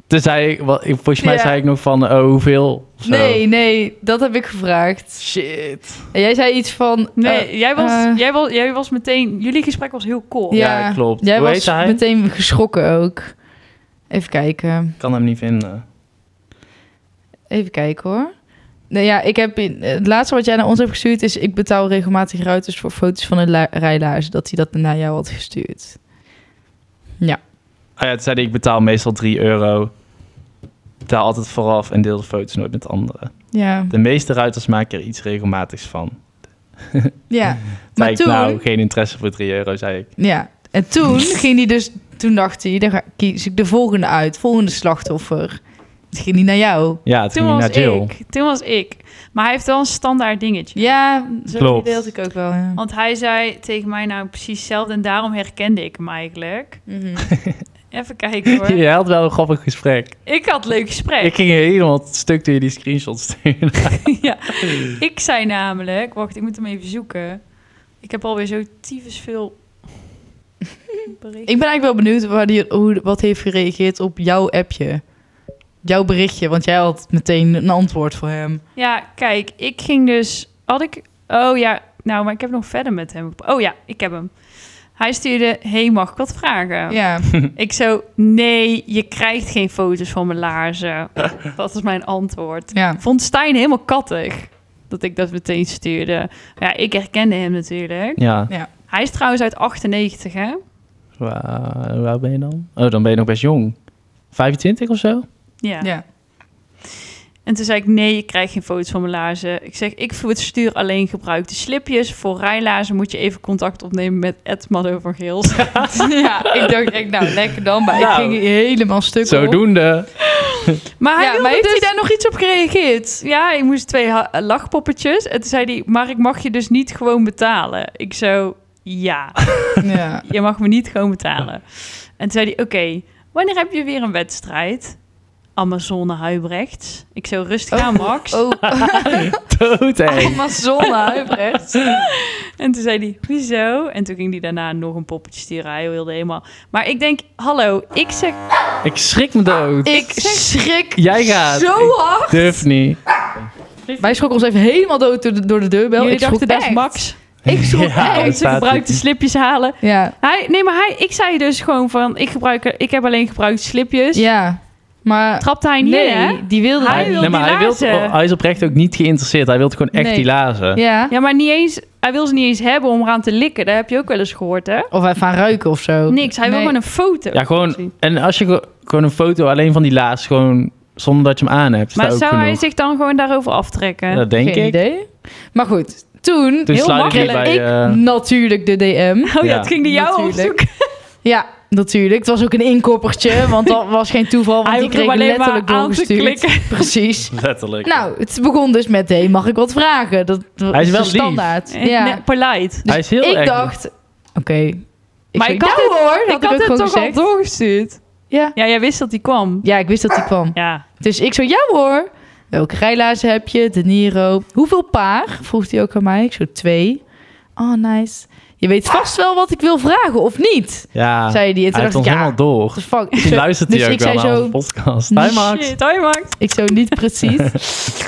S2: Toen zei ik, wat, ik- volgens mij
S3: Ja.
S2: zei ik nog van, oh, hoeveel? Of zo.
S3: Nee, nee, dat heb ik gevraagd.
S2: Shit.
S3: En jij zei iets van...
S1: Nee,
S3: eh,
S1: jij, was,
S3: eh,
S1: jij, was, jij was meteen... Jullie gesprek was heel cool.
S2: Ja, klopt.
S3: Jij
S2: Hoe
S3: was
S2: heet hij?
S3: meteen geschrokken ook. Even kijken.
S2: Ik kan hem niet vinden.
S3: Even kijken hoor. Nou ja, ik heb in, het laatste wat jij naar ons hebt gestuurd is... ik betaal regelmatig ruiters voor foto's van een la- rijlaars. Dat hij dat naar jou had gestuurd.
S2: Oh ja, toen zei hij, ik betaal meestal 3 euro. Ik Betaal altijd vooraf en deel de foto's nooit met anderen.
S3: Ja.
S2: De meeste ruiters maken er iets regelmatigs van.
S3: Ja.
S2: Zei
S3: Maar
S2: ik,
S3: toen...
S2: nou, geen interesse voor 3 euro, zei ik.
S3: Ja. En toen ging hij dus... Toen dacht hij, dan ga, kies ik de volgende uit. Volgende slachtoffer. Het ging niet naar jou.
S2: Ja, het
S1: Toen
S2: ging
S1: was
S2: naar Jill.
S1: ik. Toen was ik. Maar hij heeft wel een standaard dingetje.
S3: Ja, zo
S2: Klopt. Oh.
S3: deelde ik ook wel. Ja.
S1: Want hij zei tegen mij nou precies hetzelfde en daarom herkende ik hem eigenlijk.
S3: Mhm.
S1: Even kijken hoor.
S2: Je had wel een grappig gesprek.
S1: Ik had een leuk gesprek.
S2: Ik ging helemaal het stuk toen je die screenshot stuurde.
S1: ja. Ik zei namelijk, wacht, ik moet hem even zoeken. Ik heb alweer zo tyfus veel berichten.
S3: Ik ben eigenlijk wel benieuwd waar die, hoe, wat heeft gereageerd op jouw appje. Jouw berichtje, want jij had meteen een antwoord voor hem.
S1: Ja, kijk, ik ging dus. Had ik. Oh ja, nou, maar ik heb nog verder met hem. Oh ja, ik heb hem. Hij stuurde: Hey, mag ik wat vragen?
S3: Ja,
S1: Ik zo: Nee, je krijgt geen foto's van mijn laarzen. dat is mijn antwoord.
S3: ja.
S1: Vond Stijn helemaal kattig dat ik dat meteen stuurde. Ja, ik herkende hem natuurlijk.
S2: Ja.
S1: Hij is trouwens uit 98, hè?
S2: Wa- Hoe oud ben je dan? Oh, dan ben je nog best jong. 25 of zo?
S1: Ja.
S3: ja.
S1: En toen zei ik, nee, je krijgt geen foto's van mijn laarzen. Ik zeg, ik verstuur alleen gebruikte slipjes. Voor rijlaarzen moet je even contact opnemen met Ed Maddo van Geels.
S3: ja, ik dacht echt, nou, lekker dan. Maar
S2: Nou,
S3: ik ging helemaal stuk op.
S2: Zodoende.
S1: Maar hij
S3: Ja,
S1: wilde
S3: maar heeft
S1: dus-
S3: hij daar nog iets op gereageerd?
S1: Ja, ik moest twee ha- lachpoppetjes. En toen zei hij, maar ik mag je dus niet gewoon betalen. Ik zo, ja,
S3: Ja.
S1: je mag me niet gewoon betalen. En toen zei hij, oké, wanneer heb je weer een wedstrijd? Amazone Huibrechts. Ik zo, rustig aan, Max.
S3: Oh,
S2: Dood, hè?
S3: Amazona, Huibrecht.
S1: En toen zei hij, hoezo? En toen ging hij daarna nog een poppetje sturen. Hij wilde helemaal... Maar ik denk, hallo, ik zeg...
S2: Ik schrik me dood.
S3: Ik schrik
S2: Jij gaat.
S3: zo hard.
S2: Ik durf niet.
S3: Wij schrokken ons even helemaal dood door de, door de deurbel.
S1: jullie
S3: ik
S1: dachten,
S3: schrok
S1: dat is
S3: echt.
S1: Max.
S3: Ik schrok
S2: Ja,
S1: Hij
S2: dat
S3: echt.
S1: ze
S2: staat
S1: gebruikt
S2: niet.
S1: de slipjes halen.
S3: Ja.
S1: Hij, nee, maar hij, ik zei dus gewoon van... Ik, gebruik, ik heb alleen gebruikt slipjes.
S3: Ja. Maar
S1: Trapte hij niet
S3: nee,
S1: in, hè?
S3: die wilde
S1: Hij
S3: niet.
S1: wil
S2: nee, maar
S1: die
S2: hij, wil,
S1: lazen.
S2: hij is oprecht ook niet geïnteresseerd. Hij wil gewoon echt
S3: Nee.
S2: die lazen.
S3: Ja.
S1: Ja, maar niet eens, hij wil ze niet eens hebben om eraan te likken. Dat heb je ook wel eens gehoord, hè?
S3: Of even aan ruiken of zo.
S1: Niks, hij wil
S3: Nee.
S1: gewoon een foto.
S2: Ja, gewoon.
S1: zien.
S2: En als je ge- gewoon een foto alleen van die laas, gewoon zonder dat je hem aan hebt. is
S1: Maar
S2: dat ook
S1: zou hij
S2: genoeg.
S1: zich dan gewoon daarover aftrekken?
S2: Dat denk
S3: Geen
S2: ik.
S3: idee. Maar goed, toen,
S2: Toen
S3: heel
S2: sluit hij
S3: makkelijk,
S2: bij,
S3: ik
S2: eh,
S3: natuurlijk de DM.
S1: Oh ja,
S2: Ja.
S1: het ging die jou
S3: Natuurlijk.
S1: opzoeken.
S3: Ja, natuurlijk. Het was ook een inkoppertje, want dat was geen toeval, want
S1: Hij
S3: die
S1: hoefde
S3: kreeg
S1: hem alleen maar
S3: letterlijk
S1: aan te
S3: doorgestuurd.
S1: klikken.
S3: Precies.
S2: Letterlijk.
S3: Nou, het begon dus met, hey, mag ik wat vragen? Dat, dat
S2: Hij is wel
S3: de
S2: lief.
S3: standaard. Ja.
S1: Nee, polite.
S2: hij is heel
S3: dus ik
S2: erg.
S3: dacht, oké. Ik
S1: Maar
S3: zeg,
S1: ik had
S3: nou
S1: het-
S3: hoor, dat
S1: ik had
S3: ook
S1: het
S3: gewoon
S1: toch al
S3: gezegd.
S1: doorgestuurd.
S3: Ja.
S1: Ja, jij wist dat die kwam.
S3: ja, ik wist dat hij kwam.
S1: Ja.
S3: Dus ik zo, ja hoor. Welke rijlaarzen heb je? De Niro. Hoeveel paar? Vroeg hij ook aan mij. Ik zo, twee. Oh, nice. Je weet vast wel wat ik wil vragen, of niet?
S2: Ja,
S3: Zei die. En toen
S2: hij heeft
S3: dacht ik,
S2: ons
S3: ja,
S2: helemaal door.
S3: what the fuck. Ik
S2: Toen
S3: zo-
S2: luistert
S3: dus
S2: hij ook
S3: ik
S2: wel
S3: zei
S2: naar
S3: zo- Dus
S2: onze podcast. Hi Max.
S1: Shit, hoi Max.
S3: Ik zo niet precies.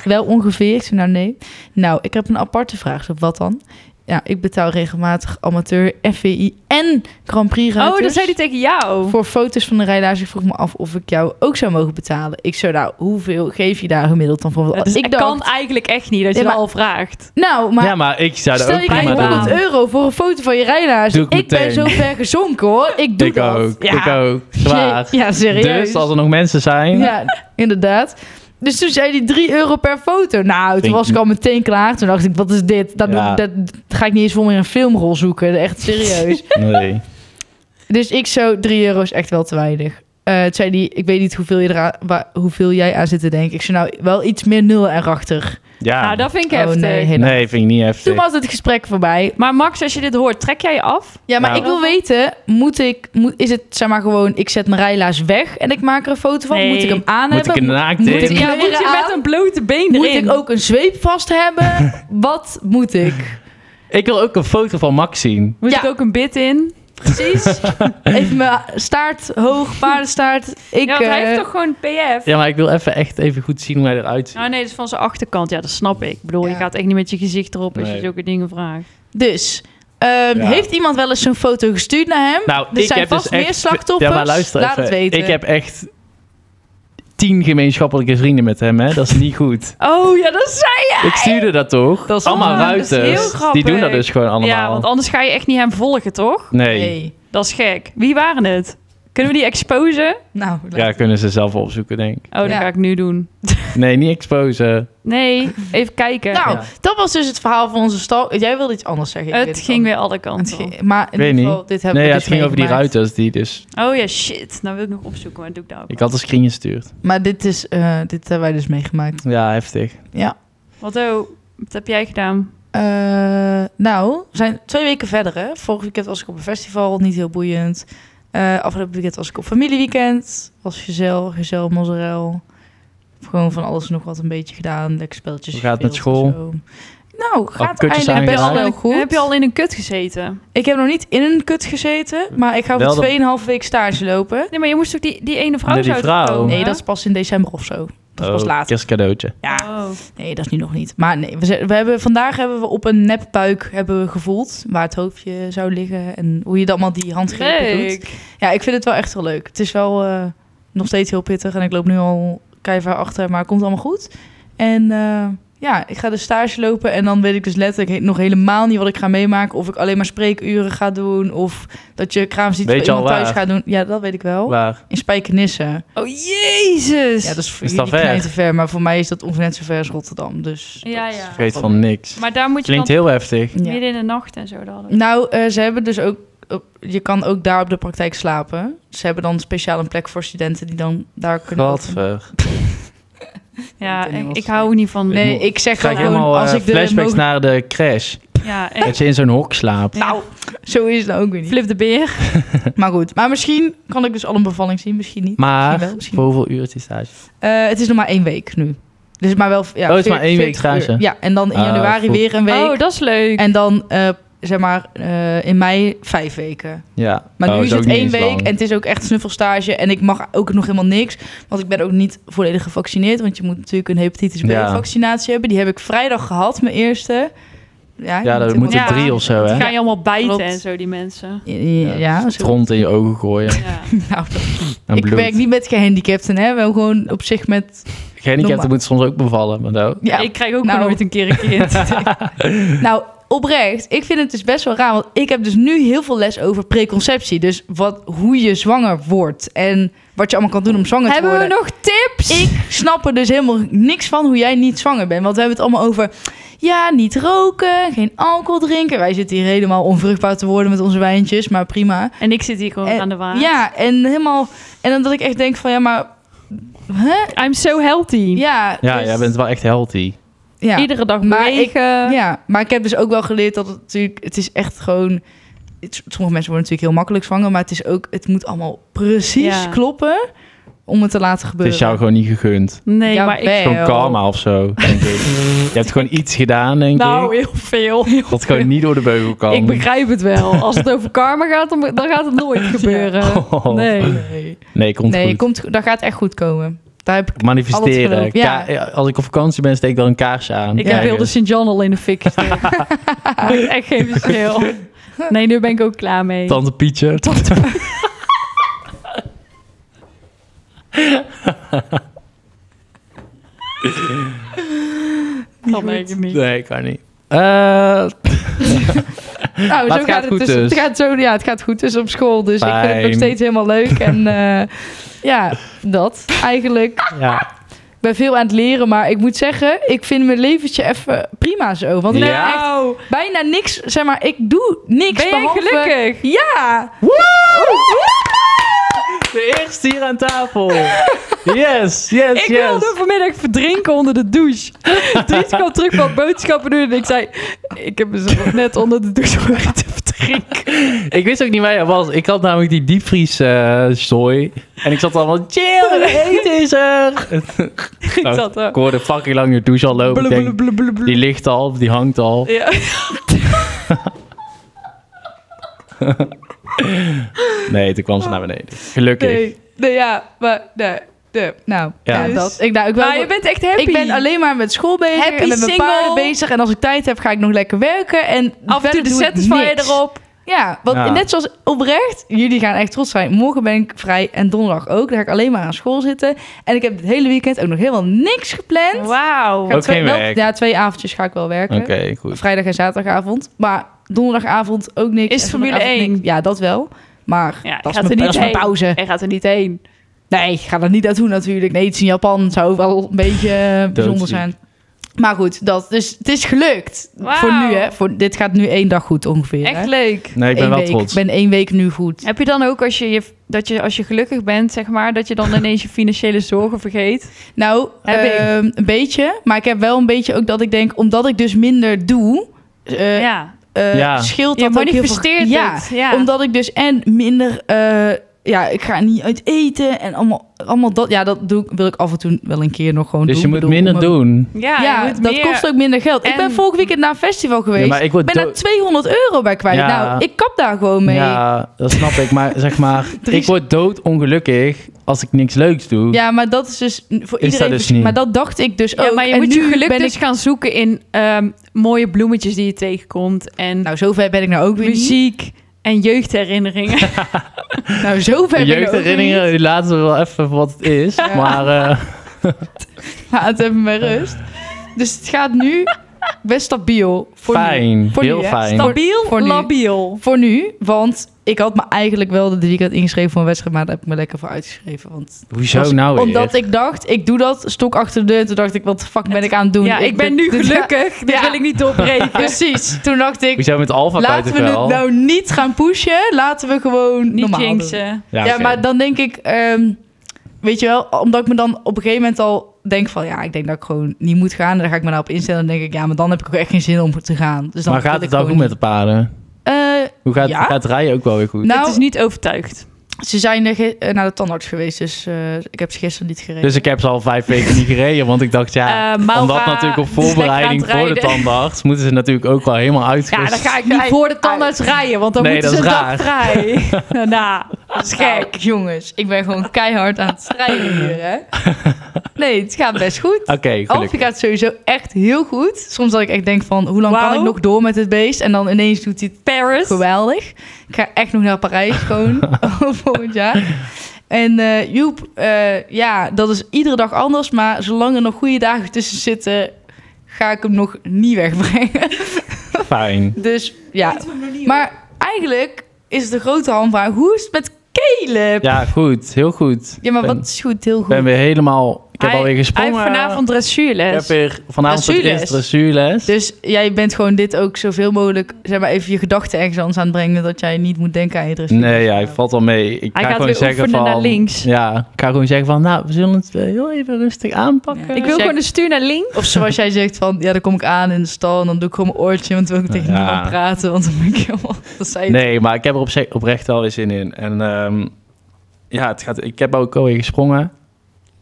S3: Wel ongeveer. Ik zo, nou nee. Nou, ik heb een aparte vraag. Ik Zo, wat dan? Ja, ik betaal regelmatig amateur, FVI en Grand Prix ruiters.
S1: Oh, dat zei hij tegen jou.
S3: Voor foto's van de rijlaars. Ik vroeg me af of ik jou ook zou mogen betalen. Ik zo, nou, hoeveel geef je daar gemiddeld dan voor?
S1: Dat is,
S3: Dus ik
S1: ik dus kan eigenlijk echt niet dat je
S3: Nee,
S1: dat
S3: maar-
S1: al vraagt.
S3: nou, maar
S2: ja, maar ik zou dat
S3: stel
S2: ook
S3: je
S1: krijgt
S2: prima
S3: krijgt
S1: wel
S2: doen.
S3: 100 euro voor een foto van je rijlaars.
S2: Doe
S3: Ik
S2: ik
S3: ben
S2: meteen.
S3: zo ver gezonken hoor. Ik doe
S2: Ik
S3: dat.
S2: ook.
S1: Ja.
S2: Ik ook. Zwaar.
S3: Ja, serieus.
S2: Dus als er nog mensen zijn,
S3: Ja, inderdaad. Dus toen zei hij 3 euro per foto. Nou, toen
S2: Vind-
S3: was ik al meteen klaar. Toen dacht ik, wat is dit? Dat,
S2: Ja.
S3: dat, ga ik niet eens voor meer een filmrol zoeken. Echt serieus.
S2: nee.
S3: dus ik zo, 3 euro is echt wel te weinig. Eh, toen zei hij, ik weet niet hoeveel, je eraan, waar, hoeveel jij aan zit te denken. Ik zei, nou, wel iets meer nul erachter.
S2: Ja.
S1: Nou, dat vind ik
S3: Oh,
S1: heftig.
S3: nee, helaas.
S2: nee, vind ik niet
S3: Toen
S2: heftig.
S3: was het gesprek voorbij.
S1: Maar Max, als je dit hoort, trek jij je af?
S3: Ja, maar
S2: Nou.
S3: ik wil weten, moet ik, moet, is het zeg maar gewoon, ik zet mijn rijlaars weg en ik maak er een foto van?
S1: Nee.
S3: Moet ik hem aan
S2: Moet ik
S3: hebben?
S2: er naakt
S3: moet
S2: in?
S3: ik-
S1: Ja, moet
S3: kleren
S1: je met
S3: aan?
S1: een blote been
S3: Moet
S1: erin?
S3: ik ook een zweep vast hebben? Wat moet ik?
S2: Ik wil ook een foto van Max zien.
S1: Moet
S3: Ja.
S1: ik ook een bit in?
S3: Precies. Even mijn staart hoog, paardenstaart.
S1: ja,
S3: Ik,
S1: want hij
S3: eh,
S1: heeft toch gewoon PF?
S2: Ja, maar ik wil even echt even goed zien hoe hij eruit ziet.
S1: Nou nee, dat is van zijn achterkant. Ja, dat snap ik. Ik bedoel, je
S3: Ja.
S1: gaat echt niet met je gezicht erop als je
S2: Nee.
S1: zulke dingen vraagt.
S3: Dus, ehm,
S2: Ja.
S3: heeft iemand wel eens zo'n foto gestuurd naar hem?
S2: Nou,
S3: Er zijn vast meer slachtoffers.
S2: Ja, maar luister
S3: Laat
S2: even.
S3: het weten.
S2: Ik heb echt tien gemeenschappelijke vrienden met hem, hè? Dat is niet goed.
S1: Oh ja, dat zei je!
S2: Ik stuurde dat toch?
S1: Dat is
S2: allemaal
S1: waar, dat is heel
S2: ruiters.
S1: grappig.
S2: Die doen dat dus gewoon allemaal.
S1: Ja, want anders ga je echt niet hem volgen, toch?
S2: nee.
S3: Nee.
S1: Dat is gek. Wie waren het? Kunnen we die exposen?
S3: Nou,
S2: Ja, kunnen ze zelf opzoeken, denk ik.
S1: Oh, dat
S3: Ja.
S1: ga ik nu doen.
S2: Nee, niet exposen.
S1: Nee, even kijken.
S3: nou
S2: Ja.
S3: dat was dus het verhaal van onze stal. Jij wilde iets anders zeggen. ik weet
S1: het ging
S3: al.
S1: weer alle
S3: Het
S1: kanten op.
S3: ging- maar in
S2: Weet
S3: ieder geval,
S2: niet.
S3: dit hebben
S2: nee,
S3: we
S2: ja,
S3: dus
S2: het ging over die
S3: meegemaakt.
S2: ruiters die dus...
S1: Oh ja, shit. Nou wil ik nog opzoeken, maar dat doe ik daar ook.
S2: Ik had een screen gestuurd.
S3: Maar dit, is, eh, dit hebben wij dus meegemaakt.
S2: Ja, heftig.
S3: Ja.
S1: Wat, oh, wat heb jij gedaan?
S3: Eh, nou, we zijn twee weken verder. Hè? Vorig weekend was ik op een festival, niet heel boeiend. Eh, afgelopen weekend was ik op familieweekend. Was gezel, gezel, mozzarel. Gewoon van alles en nog wat een beetje gedaan. Lekker spelletjes.
S2: Hoe gaat het met
S3: gespeeld en zo. Nou, gaat
S2: kutjes
S3: eigenlijk best
S2: aangeraakt?
S3: wel goed.
S1: Heb je al in een kut gezeten?
S3: Ik heb nog niet in een kut gezeten, maar ik ga
S2: Wel dat-
S3: voor 2,5 week stage lopen.
S1: Nee, maar je moest ook die, die ene vrouw
S2: Nee, die
S1: zou
S2: vrouw.
S1: toch komen?
S3: Nee, dat is pas in december of zo. Dat was
S2: Oh,
S3: later.
S2: Kerstcadeautje.
S3: Ja.
S1: Oh.
S3: Nee, dat is nu nog niet. Maar nee, we, ze- we hebben, vandaag hebben we op een nepbuik hebben we gevoeld waar het hoofdje zou liggen en hoe je dan allemaal die handgrepen doet.
S1: Leuk.
S3: Ja, ik vind het wel echt heel leuk. Het is wel eh, nog steeds heel pittig en ik loop nu al keihard achter, maar het komt allemaal goed. En eh, ja, ik ga de stage lopen en dan weet ik dus letterlijk he- nog helemaal niet wat ik ga meemaken. Of ik alleen maar spreekuren ga doen of dat je kraamziet
S2: Weet je al
S3: thuis
S2: waar?
S3: gaat doen. Ja, dat weet ik wel.
S2: Waar?
S3: In Spijkenisse.
S1: Oh, jezus.
S3: Ja, dat is voor
S2: Is dat
S3: jullie
S2: ver?
S3: knijten ver, maar voor mij is dat ongeveer net zo ver als Rotterdam. Dus
S1: Ja,
S3: dat-
S1: ja.
S2: Vergeet van niks.
S1: Maar daar moet je
S2: Klinkt
S1: dan
S2: heel heftig.
S3: Ja.
S1: midden in de nacht en zo. Dat hadden we.
S3: Nou, eh, ze hebben dus ook. op- je kan ook daar op de praktijk slapen. Ze hebben dan speciaal een plek voor studenten die dan daar kunnen. wonen.
S2: Gadver.
S1: Ja,
S3: Ik weet niet
S1: ik,
S3: wat
S1: ik
S3: ze
S1: hou niet van...
S3: Nee, ik zeg
S2: Ik krijg
S3: gewoon
S2: helemaal
S3: als
S2: eh,
S3: ik de
S2: flashbacks
S3: mogel-
S2: naar de crash.
S1: Ja, echt.
S2: Dat je in zo'n hok slaapt.
S3: Nou, zo is het nou ook weer niet.
S1: Flip de beer.
S3: Maar goed, maar misschien kan ik dus al een bevalling zien, misschien niet.
S2: Maar
S3: Misschien wel, misschien
S2: voor hoeveel uur is die stage?
S3: Eh, het is nog maar één week nu. Dus maar wel. Ja,
S2: Oh, het is maar
S3: veert-
S2: één week
S3: 40 uur.
S2: stage.
S3: Ja, en dan in
S2: Ah,
S3: januari
S2: goed.
S3: weer een week.
S1: Oh, dat is leuk.
S3: En dan eh, zeg maar eh, in mei vijf weken.
S2: Ja.
S3: Maar
S2: Oh,
S3: nu is
S2: ook
S3: het
S2: niet
S3: één
S2: eens
S3: week
S2: lang.
S3: en het is ook echt snuffelstage. En ik mag ook nog helemaal niks. Want ik ben ook niet volledig gevaccineerd. Want je moet natuurlijk een hepatitis
S2: Ja.
S3: B-vaccinatie hebben. Die heb ik vrijdag gehad, mijn eerste. Ja,
S2: Ja, dat
S3: dat
S2: moeten
S1: Ja.
S2: drie of zo,
S1: Die
S2: hè?
S1: gaan je allemaal bijten
S3: Klopt.
S1: en zo, die mensen.
S3: Ja, ja, zo-
S2: Stront in je ogen gooien
S1: Ja.
S3: Nou,
S2: en
S3: ik werk
S2: bloed.
S3: niet met gehandicapten, hè. Wel gewoon op zich met...
S2: Gehandicapten
S3: Normaal.
S2: moeten soms ook bevallen, maar nou...
S3: Ja,
S1: Ik krijg ook
S3: Nou.
S1: nooit een keer een kind.
S3: Nou, oprecht. Ik vind het dus best wel raar. Want ik heb dus nu heel veel les over preconceptie. Dus wat, hoe je zwanger wordt. En wat je allemaal kan doen om zwanger te
S1: Hebben we
S3: worden.
S1: nog tips?
S3: Ik snap er dus helemaal niks van hoe jij niet zwanger bent. Want we hebben het allemaal over... Ja, niet roken, geen alcohol drinken. Wij zitten hier helemaal onvruchtbaar te worden met onze wijntjes. Maar prima.
S1: En ik zit hier gewoon
S3: En-
S1: aan de waan.
S3: Ja, en helemaal... En dan dat ik echt denk van... Ja, maar... Hè?
S1: I'm so healthy.
S3: Ja,
S2: Ja,
S3: dus-
S2: jij bent wel echt healthy.
S3: ja.
S1: Iedere dag
S3: Maar
S1: bewegen.
S3: Ja, maar ik heb dus ook wel geleerd dat het natuurlijk, het is echt gewoon. het- sommige mensen worden natuurlijk heel makkelijk zwanger, maar het is ook, het moet allemaal precies
S1: Ja.
S3: kloppen om het te laten
S2: Het
S3: gebeuren.
S2: is jou gewoon niet gegund.
S1: Nee, maar ik...
S3: Jawel.
S2: Gewoon karma of zo, denk ik. Je hebt gewoon iets gedaan, denk
S1: Nou,
S2: ik,
S1: heel veel.
S2: dat gewoon niet door de beugel kan.
S1: Ik begrijp het wel. Als het over karma gaat, dan, dan gaat het nooit gebeuren.
S2: Oh.
S1: Nee.
S3: Nee,
S2: Nee, komt
S3: nee
S2: goed.
S3: komt, dat gaat echt goed komen. Daar heb ik. Al
S2: Manifesteren.
S3: het geloof, ja.
S2: Ka- Als ik op vakantie ben, steek ik dan een kaarsje aan.
S1: Ik
S3: Ja.
S1: heb heel de
S2: Ergens.
S1: St. John al in de fik gestoken. Maakt Echt geen verschil. Nee, nu ben ik ook klaar mee.
S2: Tante Pietje.
S1: dat merk ik niet.
S2: Nee, kan niet. Eh,
S3: Nou,
S2: Maar
S3: zo
S2: het
S3: gaat,
S2: gaat
S3: het
S2: goed
S3: dus.
S2: dus.
S3: Het gaat zo, ja, het gaat goed dus op school. Dus ik vind het
S2: Fijn.
S3: nog steeds helemaal leuk. En eh, ja, dat eigenlijk.
S2: ja.
S3: Ik ben veel aan het leren, maar ik moet zeggen, ik vind mijn leventje even prima zo. Want ik
S2: Ja?
S3: heb echt
S1: Nou,
S3: bijna niks, zeg maar, ik doe niks
S1: ben jij
S3: behalve-
S1: gelukkig?
S3: Ja!
S2: De eerste hier aan tafel. Yes, yes,
S1: Ik wilde
S2: yes.
S1: vanmiddag verdrinken onder de douche. Dries kwam terug van boodschappen doen en ik zei... Ik heb mezelf net onder de douche horen te verdrinken.
S2: Ik wist ook niet waar je was. Ik had namelijk die diepvries eh zooi. En ik zat allemaal, chill, het eten is er.
S1: Ik
S2: Nou,
S1: zat eh,
S2: Ik
S1: er.
S2: hoorde fucking lang je douche al lopen. Ik denk, die ligt al, of die hangt al.
S1: Ja.
S2: Nee, toen kwam ze naar beneden. Gelukkig.
S3: Nee, nee, ja, maar, nee, nee. Nou,
S2: Ja.
S3: ja. dat. Ik, nou, ik, wel,
S1: Maar Ah, je bent echt happy.
S3: ik ben alleen maar met school bezig
S1: Happy
S3: en met mijn
S1: single.
S3: paarden bezig. En als ik tijd heb, ga ik nog lekker werken. En
S1: Af en toe
S3: verder
S1: de
S3: doe ik
S1: satisfier
S3: niks.
S1: erop.
S3: Ja, want
S2: Ja.
S3: net zoals oprecht, jullie gaan echt trots zijn. Morgen ben ik vrij en donderdag ook. Dan ga ik alleen maar aan school zitten. En ik heb het hele weekend ook nog helemaal niks gepland.
S1: Wauw.
S3: Ik ga
S2: Ook
S3: twee,
S2: geen
S3: wel-
S2: werk?
S3: Ja, twee avondjes ga ik wel werken.
S2: Oké, goed.
S3: Vrijdag en zaterdagavond. Maar donderdagavond ook niks.
S1: Is
S3: En
S1: Formule
S3: zondagavond
S1: 1?
S3: niks. Ja, dat wel. Maar
S1: Ja, gaat
S3: dat is
S1: er
S3: mijn,
S1: niet
S3: dat is mijn
S1: heen.
S3: pauze.
S1: Hij gaat er niet heen.
S3: Nee, ik ga er niet naartoe natuurlijk. Nee, het is in Japan. Het zou wel een beetje eh, bijzonder zijn. Maar goed, dat. Dus het is gelukt.
S1: Wauw.
S3: Voor nu, hè. Voor, dit gaat nu één dag goed ongeveer. hè.
S1: Echt leuk.
S2: Nee, ik ben
S3: Eén
S2: wel
S3: week.
S2: trots.
S3: Ik ben één week nu goed.
S1: Heb je dan ook als je, je, dat je, als je gelukkig bent, zeg maar, dat je dan ineens je financiële zorgen vergeet?
S3: Nou,
S1: Heb ik.
S3: ehm, een beetje. Maar ik heb wel een beetje ook dat ik denk... omdat ik dus minder doe... eh,
S1: ja.
S3: eh,
S2: Ja.
S3: scheelt
S1: Je
S3: dat ook heel veel...
S1: manifesteert
S3: Ja,
S1: het. Ja.
S3: Omdat ik dus en minder... eh, ja, ik ga niet uit eten en allemaal, allemaal dat. Ja, dat doe ik, wil ik af en toe wel een keer nog gewoon
S2: Dus je
S3: doen.
S2: moet
S3: Ik bedoel,
S2: minder
S3: om-
S2: doen.
S1: ja,
S3: Ja,
S1: je moet
S3: dat
S1: meer-
S3: kost ook minder geld. Ik
S1: en-
S3: ben vorig weekend naar een festival geweest.
S2: Ja, maar ik
S3: ik
S2: word
S3: ben daar
S2: dood-
S3: 200 euro bij kwijt.
S2: Ja.
S3: Nou, ik kap daar gewoon mee. Ja,
S2: Ja, dat snap ik. Maar zeg maar,
S3: Dries-
S2: ik word doodongelukkig als ik niks leuks doe.
S3: maar dat is dus voor
S2: Is dat
S3: iedereen...
S2: dus
S3: verschil-
S2: niet?
S3: Maar dat dacht ik dus
S1: Ja,
S3: ook.
S1: maar je
S3: En
S1: moet je
S3: nu
S1: geluk
S3: ben
S1: dus
S3: ik-
S1: gaan zoeken in ehm, mooie bloemetjes die je tegenkomt. En
S3: Nou, zover ben ik nou ook weer niet.
S1: muziek en jeugdherinneringen.
S3: Nou,
S2: De
S3: zover ben ik nou ook weer
S2: jeugdherinneringen, die laten we wel even voor wat het is.
S3: Ja.
S2: Maar eh,
S3: niet. Laat even maar rust. Dus het gaat nu best stabiel. Voor nu.
S2: fijn,
S3: Voor nu,
S2: heel
S3: hè?
S2: fijn.
S3: Stap-
S1: Stabiel,
S3: Voor nu.
S1: labiel.
S3: Voor nu, want ik had me eigenlijk wel de drie keer ingeschreven voor een wedstrijd, maar daar heb ik me lekker voor uitgeschreven. Want
S2: Hoezo
S3: was-
S2: nou weer?
S3: Omdat ik dacht, ik doe dat, stok achter de deur. Toen dacht ik, wat de fuck ben ik aan het doen?
S1: Ja, ik ben nu
S3: dit-
S1: gelukkig. Dit
S3: Ja.
S1: wil ik niet doorbreken. Dus
S3: Precies. Toen dacht ik,
S2: Hoezo met Alpha
S3: laten we
S2: buiten
S3: het
S2: wel?
S3: nou niet gaan pushen. Laten we gewoon
S1: niet
S3: normaal doen.
S1: jinxen.
S2: Ja,
S3: Ja,
S2: oké.
S3: maar dan denk ik, ehm, weet je wel, omdat ik me dan op een gegeven moment al denk van, ja, ik denk dat ik gewoon niet moet gaan. En daar ga ik me nou op instellen. En dan denk ik, ja, maar dan heb ik ook echt geen zin om te gaan. Dus dan
S2: Maar
S3: wil
S2: gaat het
S3: ik
S2: dan goed
S3: gewoon
S2: met de paarden?
S3: niet. Eh,
S2: Hoe gaat,
S3: Ja?
S2: gaat het rijden ook wel weer goed?
S3: Nou,
S1: het is niet overtuigd.
S3: ze zijn er ge- eh, naar de tandarts geweest, dus eh, ik heb ze gisteren niet gereden.
S2: Dus ik heb ze al vijf weken niet gereden, want ik dacht ja,
S1: Eh, Maura
S2: omdat natuurlijk op
S1: is lekker
S2: voorbereiding
S1: aan het
S2: voor de
S1: rijden.
S2: tandarts moeten ze natuurlijk ook
S1: Dus
S2: wel helemaal uitgerust.
S1: Ja, dan ga ik niet voor de tandarts rijden, want dan
S2: Nee,
S1: moeten
S2: dat
S1: ze
S2: is
S1: een
S2: raar.
S1: dag vrij. nou,
S3: Dat is gek, jongens. Ik ben gewoon keihard aan het strijden hier, hè? Nee, het gaat best goed.
S2: Oké,
S3: Of je
S2: Ah, gelukkig.
S3: gaat sowieso echt heel goed. Soms dat ik echt denk van, hoe lang kan ik
S1: Wauw.
S3: nog door met dit beest? En dan ineens doet hij het
S1: Paris.
S3: geweldig. Ik ga echt nog naar Parijs gewoon volgend jaar. En eh, Joep, eh, ja, dat is iedere dag anders. Maar zolang er nog goede dagen tussen zitten, ga ik hem nog niet wegbrengen.
S2: Fijn.
S3: Dus ja, maar eigenlijk is het de grote handvraag. Hoe is het met Caleb?
S2: Ja, goed. Heel goed.
S3: Ja, maar
S2: ben,
S3: wat is goed, heel goed.
S2: ben weer helemaal... Ik heb
S1: Hij-
S2: alweer
S1: Hij heeft
S2: gesprongen.
S1: vanavond
S2: Ik
S1: dressuurles.
S2: heb weer vanavond het
S3: Dressuurles.
S2: eerste dressuurles.
S3: Dus jij bent gewoon dit ook zoveel mogelijk, zeg maar even je gedachten ergens anders aan het brengen, dat jij niet moet denken aan je dressuur.
S2: Nee, ja, ik valt wel mee. Ik
S1: Hij
S2: ga
S1: gaat
S2: gewoon
S1: weer
S2: zeggen van...
S1: oefenen naar links.
S2: Ja, ik ga gewoon zeggen van... Nou, we zullen het eh, heel even rustig aanpakken.
S3: Ja.
S1: Ik wil
S3: Check.
S1: gewoon een stuur naar links.
S3: Of zoals jij zegt van, ja, dan kom ik aan in de stal en dan doe ik gewoon mijn oortje, want dan wil ik tegen
S2: Ja.
S3: niemand praten, want dan ben ik helemaal... Dat zei je
S2: Nee, maar ik heb er op zich oprecht wel weer zin in. En ehm, ja, het gaat, ik heb ook alweer gesprongen.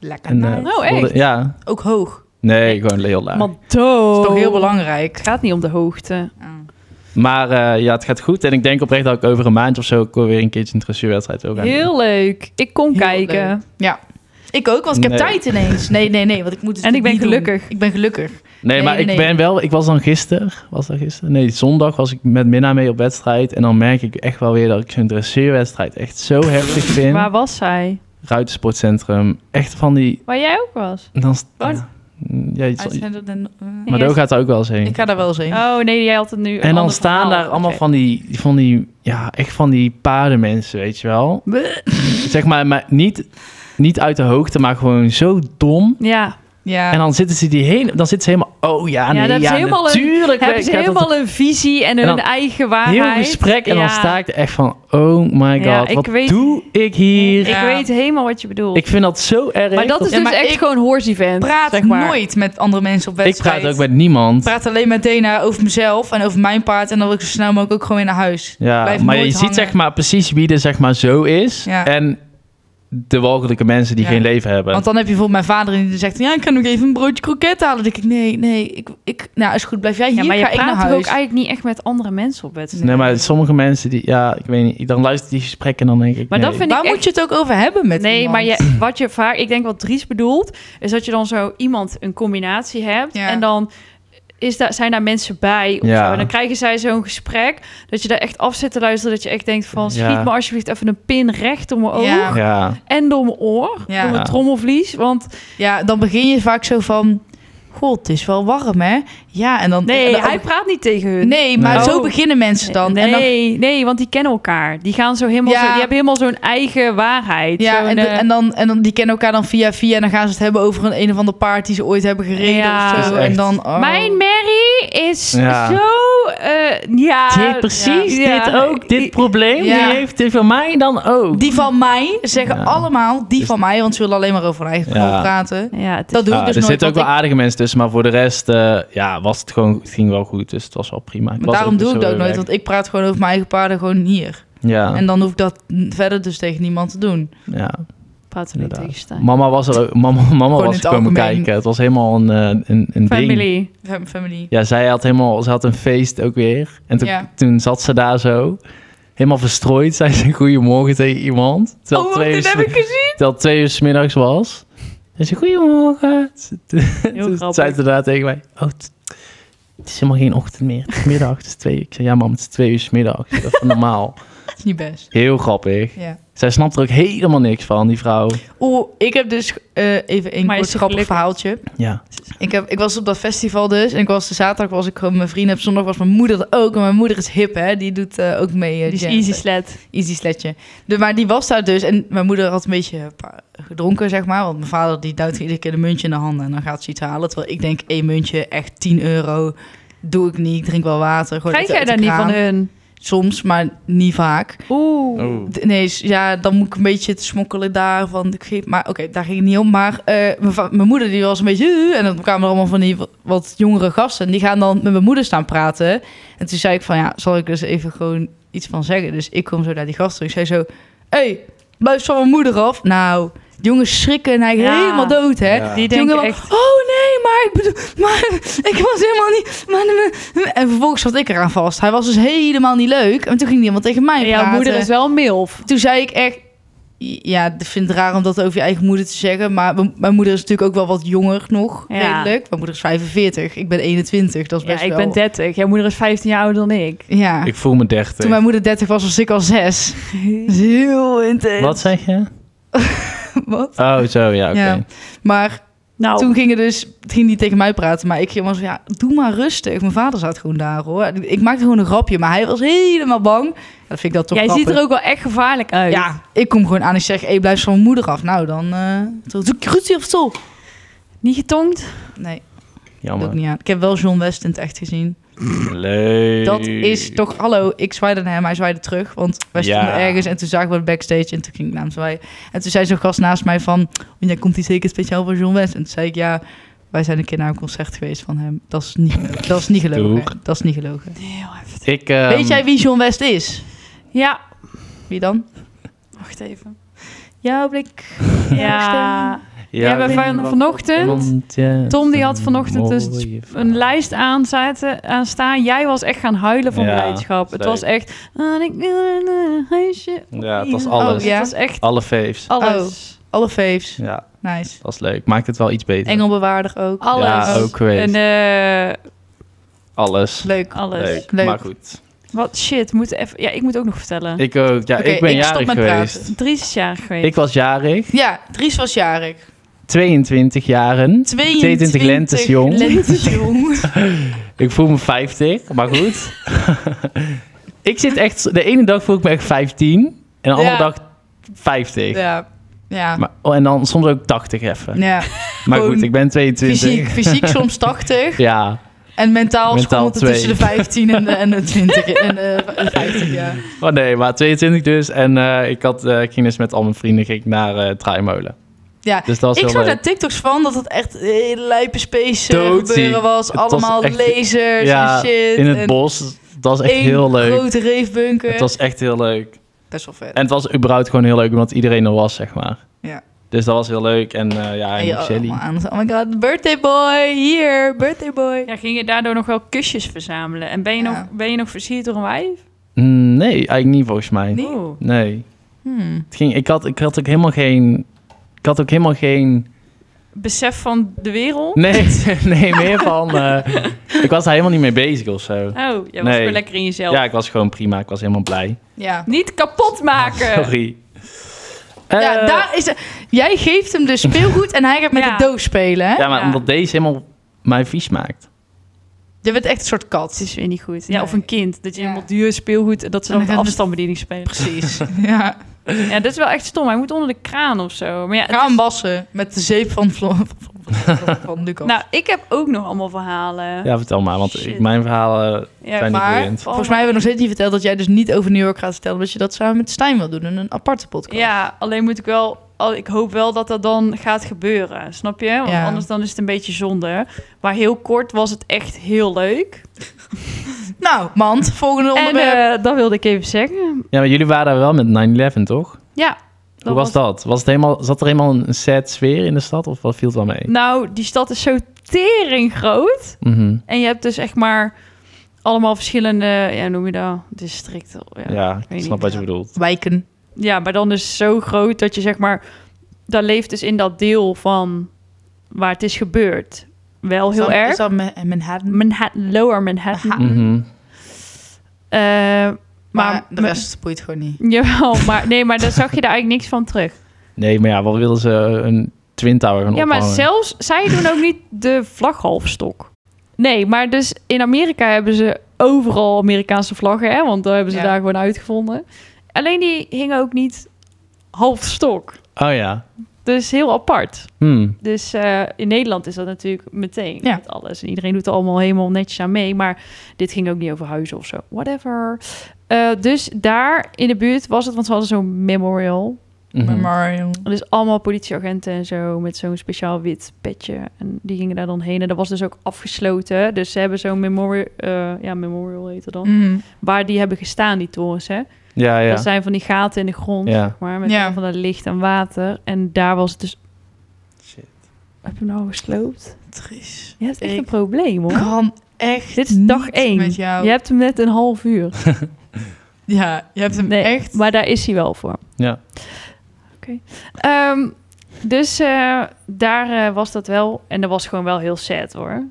S3: lekker.
S2: En, eh,
S1: Oh,
S2: voelde-
S1: echt?
S2: Ja.
S3: Ook hoog.
S2: Nee, gewoon heel laag.
S1: Man,
S3: Dat
S1: dood.
S3: is toch heel belangrijk.
S1: Het gaat niet om de hoogte.
S2: Maar eh, ja, het gaat goed. En ik denk oprecht dat ik over een maand of zo ook weer een keertje een dressuurwedstrijd wil gaan doen.
S1: Heel leuk. Ik kom
S3: Heel
S1: kijken.
S3: leuk. Ja. Ik ook, want ik heb
S2: Nee.
S3: tijd ineens. Nee, nee, nee, want ik moet het
S1: En ik ben
S3: natuurlijk niet
S1: gelukkig.
S3: doen. Ik ben gelukkig.
S2: Nee,
S3: Nee,
S2: maar
S3: nee,
S2: ik
S3: nee.
S2: ben wel... Ik was dan gisteren... Was dat gisteren? Nee, zondag was ik met Minna mee op wedstrijd. En dan merk ik echt wel weer dat ik zo'n dressuurwedstrijd echt zo heftig vind.
S1: Waar was zij?
S2: Ruitensportcentrum. Echt van die...
S1: Waar jij ook was.
S2: Dan, st-
S3: Wat?
S2: Ja, iets-
S3: Maar
S2: maar
S1: jij-
S2: daar gaat er ook wel eens heen.
S3: ik ga daar wel eens heen.
S1: Oh nee, jij had het nu. een
S2: En dan
S1: ander
S2: staan
S1: verhaal.
S2: daar allemaal
S1: Oké.
S2: van die, van die, ja, echt van die paardenmensen, weet je wel. Zeg maar, maar niet, niet uit de hoogte, maar gewoon zo dom.
S1: Ja,
S3: Ja.
S2: En dan zitten ze die hele, dan zitten ze helemaal, oh ja, nee,
S1: ja,
S2: ja,
S1: daar hebben ze helemaal,
S2: natuurlijk.
S1: een, hebben
S2: ik
S1: ze
S2: had dat-
S1: helemaal een visie en,
S2: En
S1: hun
S2: dan
S1: eigen waarheid.
S2: heel gesprek en
S1: Ja.
S2: dan sta ik er echt van, oh my god,
S1: Ja, ik
S2: wat
S1: weet-
S2: doe ik hier?
S1: Ik
S3: Ja.
S1: weet helemaal wat je bedoelt.
S2: Ik vind dat zo erg.
S1: maar dat is
S3: Ja,
S1: dus
S3: maar
S1: echt
S3: ik
S1: gewoon horse event.
S3: praat
S1: zeg maar.
S3: nooit met andere mensen op
S2: ik
S3: wedstrijd.
S2: praat ook met niemand.
S3: Ik praat alleen met Dena over mezelf en over mijn paard. En dan wil ik zo snel mogelijk ook gewoon weer naar huis.
S2: Ja,
S3: Blijf
S2: maar je
S3: nooit
S2: ziet
S3: hangen.
S2: zeg maar precies wie er zeg maar zo is.
S3: Ja.
S2: En de walgelijke mensen die
S3: Ja.
S2: geen leven hebben.
S3: Want dan heb je bijvoorbeeld mijn vader en die zegt... Ja, ik kan nog even een broodje kroket halen. Dan denk ik, nee, nee, ik, ik, nou is goed, blijf jij hier,
S1: Ja, maar je
S3: ga ik naar
S1: praat toch
S3: huis.
S1: ook eigenlijk niet echt met andere mensen op wedstrijd.
S2: Nee, maar sommige mensen die, ja, ik weet niet, dan luister die gesprekken en dan denk ik.
S1: Maar dat
S2: nee.
S1: vind ik
S3: Waar moet
S1: echt-
S3: je het ook over hebben met
S1: Nee,
S3: iemand?
S1: maar je, wat je vaak, ik denk wat Dries bedoelt, is dat je dan zo iemand een combinatie hebt
S3: Ja.
S1: en dan is daar, zijn daar mensen bij. Of
S2: Ja.
S1: zo. En dan krijgen zij zo'n gesprek dat je daar echt af zit te luisteren, dat je echt denkt van schiet
S2: Ja.
S1: me alsjeblieft even een pin recht door mijn oog
S3: Ja.
S2: Ja,
S1: en door mijn oor,
S3: Ja.
S1: door mijn trommelvlies, want
S3: Ja, dan begin je vaak zo van... God, het is wel warm, hè? Ja, en dan... en
S1: nee,
S3: dan-
S1: hij praat niet tegen hun.
S3: nee, maar
S2: Nee.
S3: zo
S1: Oh.
S3: beginnen mensen dan.
S1: nee,
S3: En dan
S1: nee, want die kennen elkaar. Die gaan zo helemaal,
S3: Ja.
S1: zo, die hebben helemaal zo'n eigen waarheid.
S3: ja,
S1: Zo'n,
S3: en, de-
S1: eh,
S3: en, dan, en dan, die kennen elkaar dan via via. En dan gaan ze het hebben over een, een of ander paard die ze ooit hebben gereden
S1: Ja.
S3: of zo.
S2: Dat is echt-
S3: En dan, oh.
S1: Mijn Mary is
S2: Ja.
S1: zo... eh, ja,
S2: dit precies,
S1: ja.
S2: dit ook, dit probleem,
S3: Ja.
S2: die heeft die van mij dan ook.
S3: Die van mij zeggen
S2: Ja.
S3: allemaal die
S2: Dus-
S3: van mij, want ze willen alleen maar over hun eigen
S2: Ja.
S3: verhaal praten.
S1: Ja, het is-
S3: Dat doe
S2: Ja,
S3: ik dus
S2: er
S3: nooit.
S2: zitten ook wel
S3: want ik-
S2: aardige mensen tussen, maar voor de rest, eh, ja, was het gewoon, het ging wel goed, dus het was wel prima. Ik
S3: maar
S2: was
S3: daarom
S2: ook dus
S3: doe ik
S2: zo
S3: dat ook nooit,
S2: weg.
S3: want ik praat gewoon over mijn eigen paarden gewoon hier.
S2: Ja,
S3: En dan hoef ik dat n- verder dus tegen niemand te doen.
S2: ja.
S1: Praat er niet
S2: Inderdaad.
S1: tegen staan.
S2: Mama was er ook, mama, mama
S3: in
S2: was
S3: het
S2: komen
S3: algemeen.
S2: kijken. Het was helemaal een, eh, een, een ding.
S1: Family.
S3: Fam- Family.
S2: Ja, zij had helemaal, ze had een feest ook weer. En toen,
S3: Ja.
S2: toen zat ze daar zo, helemaal verstrooid, zei ze goeiemorgen tegen iemand. Terwijl
S3: Oh,
S2: twee
S3: dit
S2: uur
S3: heb ik gezien.
S2: dat het twee uur 's middags was. En ze goedemorgen. Toen
S1: grappig.
S2: zei ze daar tegen mij, oh, het- het is helemaal geen ochtend meer. Het is middag, het is twee uur. Ik zei, ja mam, het is twee uur 's middags. Dat is even normaal.
S3: Dat is niet best.
S2: Heel grappig.
S3: Ja.
S2: Zij snapt er ook helemaal niks van, die vrouw.
S3: Oeh, ik heb dus eh, even een
S1: Maar is
S3: kort
S1: ze
S3: grappig
S1: gelukkig?
S3: verhaaltje.
S2: Ja.
S3: Ik, heb, ik was op dat festival dus. En ik was de zaterdag was ik gewoon met mijn vrienden. Op zondag was mijn moeder er ook. En mijn moeder is hip, hè. Die doet eh, ook mee. eh,
S1: Dus
S3: jam.
S1: easy sled.
S3: Easy sletje. De, maar die was daar dus. En mijn moeder had een beetje eh, pa- gedronken, zeg maar. Want mijn vader die duwt iedere keer een muntje in de handen. En dan gaat ze iets halen. Terwijl ik denk, één muntje, echt 10 euro. Doe ik niet. Ik drink wel water. Gewoon
S1: Krijg
S3: uit de-
S1: jij daar
S3: uit de
S1: niet van
S3: kraan.
S1: hun?
S3: Soms, maar niet vaak.
S1: Oeh.
S2: Oh,
S3: D- Nee, s- ja, dan moet ik een beetje te smokkelen daar. Van, ik geef, maar oké, daar ging het niet om. Maar eh, mijn va- mijn moeder die was een beetje... "Eh", En dan kwamen er allemaal van die wat- wat jongere gasten. En Die gaan dan met mijn moeder staan praten. En toen zei ik van, ja, zal ik dus even gewoon iets van zeggen? Dus ik kom zo naar die gasten. Ik zei zo, hé, hey, blijf van mijn moeder af. Nou, Die jongens schrikken en hij
S1: Ja.
S3: helemaal dood, hè?
S2: Ja.
S1: Die
S3: Die
S1: denken
S3: jongen
S1: echt...
S3: wel, oh nee, maar ik bedoel, maar ik was helemaal niet... Maar, en vervolgens zat ik eraan vast. Hij was dus helemaal niet leuk. En toen ging niemand tegen mij
S1: jouw
S3: praten.
S1: moeder is wel een milf.
S3: Toen zei ik echt... Ja, ik vind het raar om dat over je eigen moeder te zeggen. Maar m- mijn moeder is natuurlijk ook wel wat jonger nog,
S1: Ja.
S3: redelijk. Mijn moeder is 45, ik ben 21. Dat is
S1: Ja,
S3: best
S1: ik
S3: wel...
S1: ben 30. Jouw moeder is 15 jaar ouder dan ik.
S3: Ja,
S2: Ik voel me 30.
S3: toen mijn moeder 30 was, was ik al 6. Dat is heel intens.
S2: Wat zeg je?
S3: Wat?
S2: Oh, zo, ja, oké.
S3: Ja. Maar
S1: Nou,
S3: toen ging, dus, ging die tegen mij praten. Maar ik ging maar zo, ja, doe maar rustig. Mijn vader zat gewoon daar, hoor. Ik maakte gewoon een grapje, maar hij was helemaal bang. Ja, dat vind ik dat toch
S1: jij
S3: grappig.
S1: ziet er ook wel echt gevaarlijk uit.
S3: Ja, ik kom gewoon aan en zeg, hey, blijf van mijn moeder af. Nou, dan... eh toen doe ik ruzie op stoel.
S1: Niet getongd?
S3: Nee, doe ik
S2: Jammer.
S3: niet aan. Ik heb wel John West in het echt gezien.
S2: Leuk.
S3: Dat is toch... Hallo, ik zwaaide naar hem, hij zwaaide terug. Want wij
S2: Ja.
S3: stonden ergens en toen zagen we het backstage en toen ging ik naar hem zwaaien. En toen zei zo'n gast naast mij van... "Oh, Jij komt hier zeker speciaal voor John West. En toen zei ik, ja... Wij zijn een keer naar een concert geweest van hem. Dat is niet, dat is niet
S2: Doeg.
S3: gelogen. Dat is niet gelogen.
S1: Heel heftig.
S2: Ik, ehm,
S3: Weet jij wie John West is?
S1: Ja.
S3: Wie dan?
S1: Wacht even.
S3: Jouw blik.
S1: Ja.
S2: Ja,
S1: Ja, we van, vanochtend... Tom die had vanochtend dus een lijst aan, zaten, aan staan. Jij was echt gaan huilen van
S2: Ja,
S1: blijdschap. Het
S2: leuk.
S1: was echt... "Ah, ik wil een eh, huisje.
S2: Ja, het was
S1: Oh,
S2: alles.
S1: Het was echt
S2: Alle faves.
S3: Oh.
S1: alles.
S3: Alle faves.
S2: Ja,
S3: Nice.
S2: dat was leuk. Maakt het wel iets beter.
S3: Engelbewaarder ook.
S1: Alles.
S2: Ja, ook
S1: En
S2: geweest.
S1: eh,
S2: Alles.
S3: Leuk.
S1: alles.
S2: Leuk.
S3: Leuk.
S2: Maar goed.
S1: Wat shit, moet even, ja, ik moet ook nog vertellen.
S2: Ik ook. Ja,
S3: Oké,
S2: ik ben
S3: ik stop
S2: jarig
S3: met
S2: geweest.
S3: praten.
S1: Dries is jarig geweest.
S2: Ik was jarig.
S3: Ja, Dries was jarig.
S2: 22 jaren. 22 lentes jong.
S3: Lentes jong.
S2: Ik voel me 50, maar goed. ik zit echt... De ene dag voel ik me echt 15. En de andere
S3: Ja.
S2: dag 50.
S3: ja. Ja.
S2: Maar, oh, en dan soms ook 80 even.
S3: ja.
S2: maar
S3: gewoon
S2: goed, ik ben 22.
S3: Fysiek, fysiek soms 80
S2: Ja.
S3: en mentaal,
S2: Mentaal
S3: schommelt het
S2: twee.
S3: tussen de 15 en de, en de 20 en de 50 ja.
S2: Oh nee, maar 22 dus. En eh, ik, had, eh, ik ging dus met al mijn vrienden ging ik naar eh Draaimolen.
S3: Ja,
S2: Dus dat was
S3: Ik
S2: heel
S3: zag
S2: leuk.
S3: daar TikToks van dat het echt hele lijpe space eh,
S2: Doodsie.
S3: gebeuren was.
S2: Het was
S3: Allemaal
S2: echt-
S3: lasers
S2: ja,
S3: en shit.
S2: In het
S3: en
S2: bos. Dat was echt
S3: één
S2: heel leuk.
S3: grote reefbunker.
S2: Het was echt heel leuk.
S3: Best wel vet.
S2: En het was überhaupt gewoon heel leuk, omdat iedereen er was, zeg maar.
S3: Ja.
S2: Dus dat was heel leuk. En eh, ja,
S3: En je
S2: heel chilly.
S3: allemaal aan- Oh my god, birthday boy, hier, birthday boy.
S1: Ja, ging je daardoor nog wel kusjes verzamelen? En ben je,
S3: Ja.
S1: nog, ben je nog versierd door een wijf?
S2: Mm, Nee, eigenlijk niet volgens mij.
S3: Nee?
S1: Oh.
S2: Nee.
S3: Hmm.
S2: Het ging, ik, had, ik had ook helemaal geen... Ik had ook helemaal geen...
S1: Besef van de wereld?
S2: Nee, nee meer van... eh, ik was daar helemaal niet mee bezig of zo.
S1: Oh, jij was
S2: Nee.
S1: weer lekker in jezelf.
S2: Ja, ik was gewoon prima. Ik was helemaal blij.
S3: Ja.
S1: Niet kapot maken!
S2: Sorry.
S3: ja,
S2: Eh,
S3: daar is Jij geeft hem dus speelgoed en hij gaat met
S1: Ja.
S3: de doos spelen, hè?
S2: Ja, maar
S1: Ja.
S2: omdat deze helemaal mij vies maakt.
S3: Je bent echt een soort
S1: Het
S3: kat.
S1: is weer niet goed. Ja,
S3: Nee.
S1: of een kind. Dat je
S3: Ja.
S1: helemaal duur speelgoed... en dat ze
S3: En
S1: dan
S3: dan
S1: met
S3: gaan we-
S1: afstandsbediening spelen.
S3: Precies. ja.
S1: Ja, dat is wel echt stom. Hij moet onder de kraan of zo. Maar ja, het
S3: Gaan
S1: is-
S3: wassen met de zeep van, Flo- van, van, van- van Lucas.
S1: Nou, ik heb ook nog allemaal verhalen.
S2: Ja, vertel maar, want
S1: Shit.
S2: ik, mijn eh, verhalen
S1: Ja,
S2: zijn
S3: maar-
S2: niet boeiend.
S1: oh
S3: Volgens mij hebben we nog steeds niet verteld dat jij dus niet over New York gaat vertellen, dat je dat samen met Stijn wil doen in een aparte podcast.
S1: Ja, alleen moet ik wel... al- Ik hoop wel dat dat dan gaat gebeuren, snap je? Want
S3: Ja.
S1: anders dan is het een beetje zonde. Maar heel kort was het echt heel leuk.
S3: Nou, Mand, volgende
S1: En
S3: onderwerp.
S1: eh, dat wilde ik even zeggen.
S2: Ja, maar jullie waren daar wel met 9-11, toch?
S1: Ja.
S2: Hoe was dat? Was het helemaal, zat er helemaal een sad sfeer in de stad of wat viel het wel mee?
S1: Nou, die stad is zo tering groot.
S2: Mhm.
S1: En je hebt dus echt maar allemaal verschillende... Ja, hoe noem je dat? Districten. Ja.
S2: Ja,
S1: Ja.
S2: ik
S1: weet
S2: snap
S1: niet.
S2: wat je bedoelt.
S3: Wijken.
S1: maar dan is het zo groot dat je zeg maar... Daar leeft dus in dat deel van waar het is gebeurd. Wel heel
S3: Is dat-
S1: erg.
S3: Is dat Ma- Manhattan?
S1: Manhattan, Lower Manhattan.
S3: Aha.
S2: Mhm.
S1: Eh,
S3: maar,
S1: maar,
S3: de rest boeit gewoon niet.
S1: Jawel, maar nee, maar daar zag je daar eigenlijk niks van terug.
S2: Nee, maar ja, wat wilden ze een Twin Tower gaan
S1: Ja, maar
S2: ophangen?
S1: zelfs zij doen ook niet de vlaghalfstok. Nee, maar dus in Amerika hebben ze overal Amerikaanse vlaggen, hè? Want daar hebben ze
S3: Ja.
S1: daar gewoon uitgevonden. Alleen die hingen ook niet halfstok.
S2: Oh ja.
S1: Dus heel apart.
S2: Hm.
S1: Dus eh, in Nederland is dat natuurlijk meteen
S3: Ja.
S1: met alles. En iedereen doet er allemaal helemaal netjes aan mee. Maar dit ging ook niet over huizen of zo. Whatever. Eh, dus daar in de buurt was het, want ze hadden zo'n memorial.
S2: Mhm.
S3: Memorial.
S1: Dus allemaal politieagenten en zo met zo'n speciaal wit petje. En die gingen daar dan heen. En dat was dus ook afgesloten. Dus ze hebben zo'n eh, memorial, ja, memorial heet het dan.
S3: Mhm.
S1: Waar die hebben gestaan, die torens, hè.
S2: Ja, ja.
S1: Dat zijn van die gaten in de grond,
S2: Ja.
S1: zeg maar, met
S3: Ja.
S1: allemaal van dat licht en water. En daar was het dus...
S2: Shit.
S1: Heb je hem nou gesloopt?
S3: Tris.
S1: Je hebt echt
S3: Ik-
S1: een probleem, hoor.
S3: Kan echt
S1: Dit is dag
S3: niet
S1: één.
S3: met jou.
S1: Je hebt hem net een half uur.
S3: Ja, je hebt hem
S1: Nee,
S3: echt...
S1: Maar daar is hij wel voor.
S2: Ja.
S1: Oké. Ehm, dus eh, daar eh, was dat wel. En dat was gewoon wel heel sad hoor.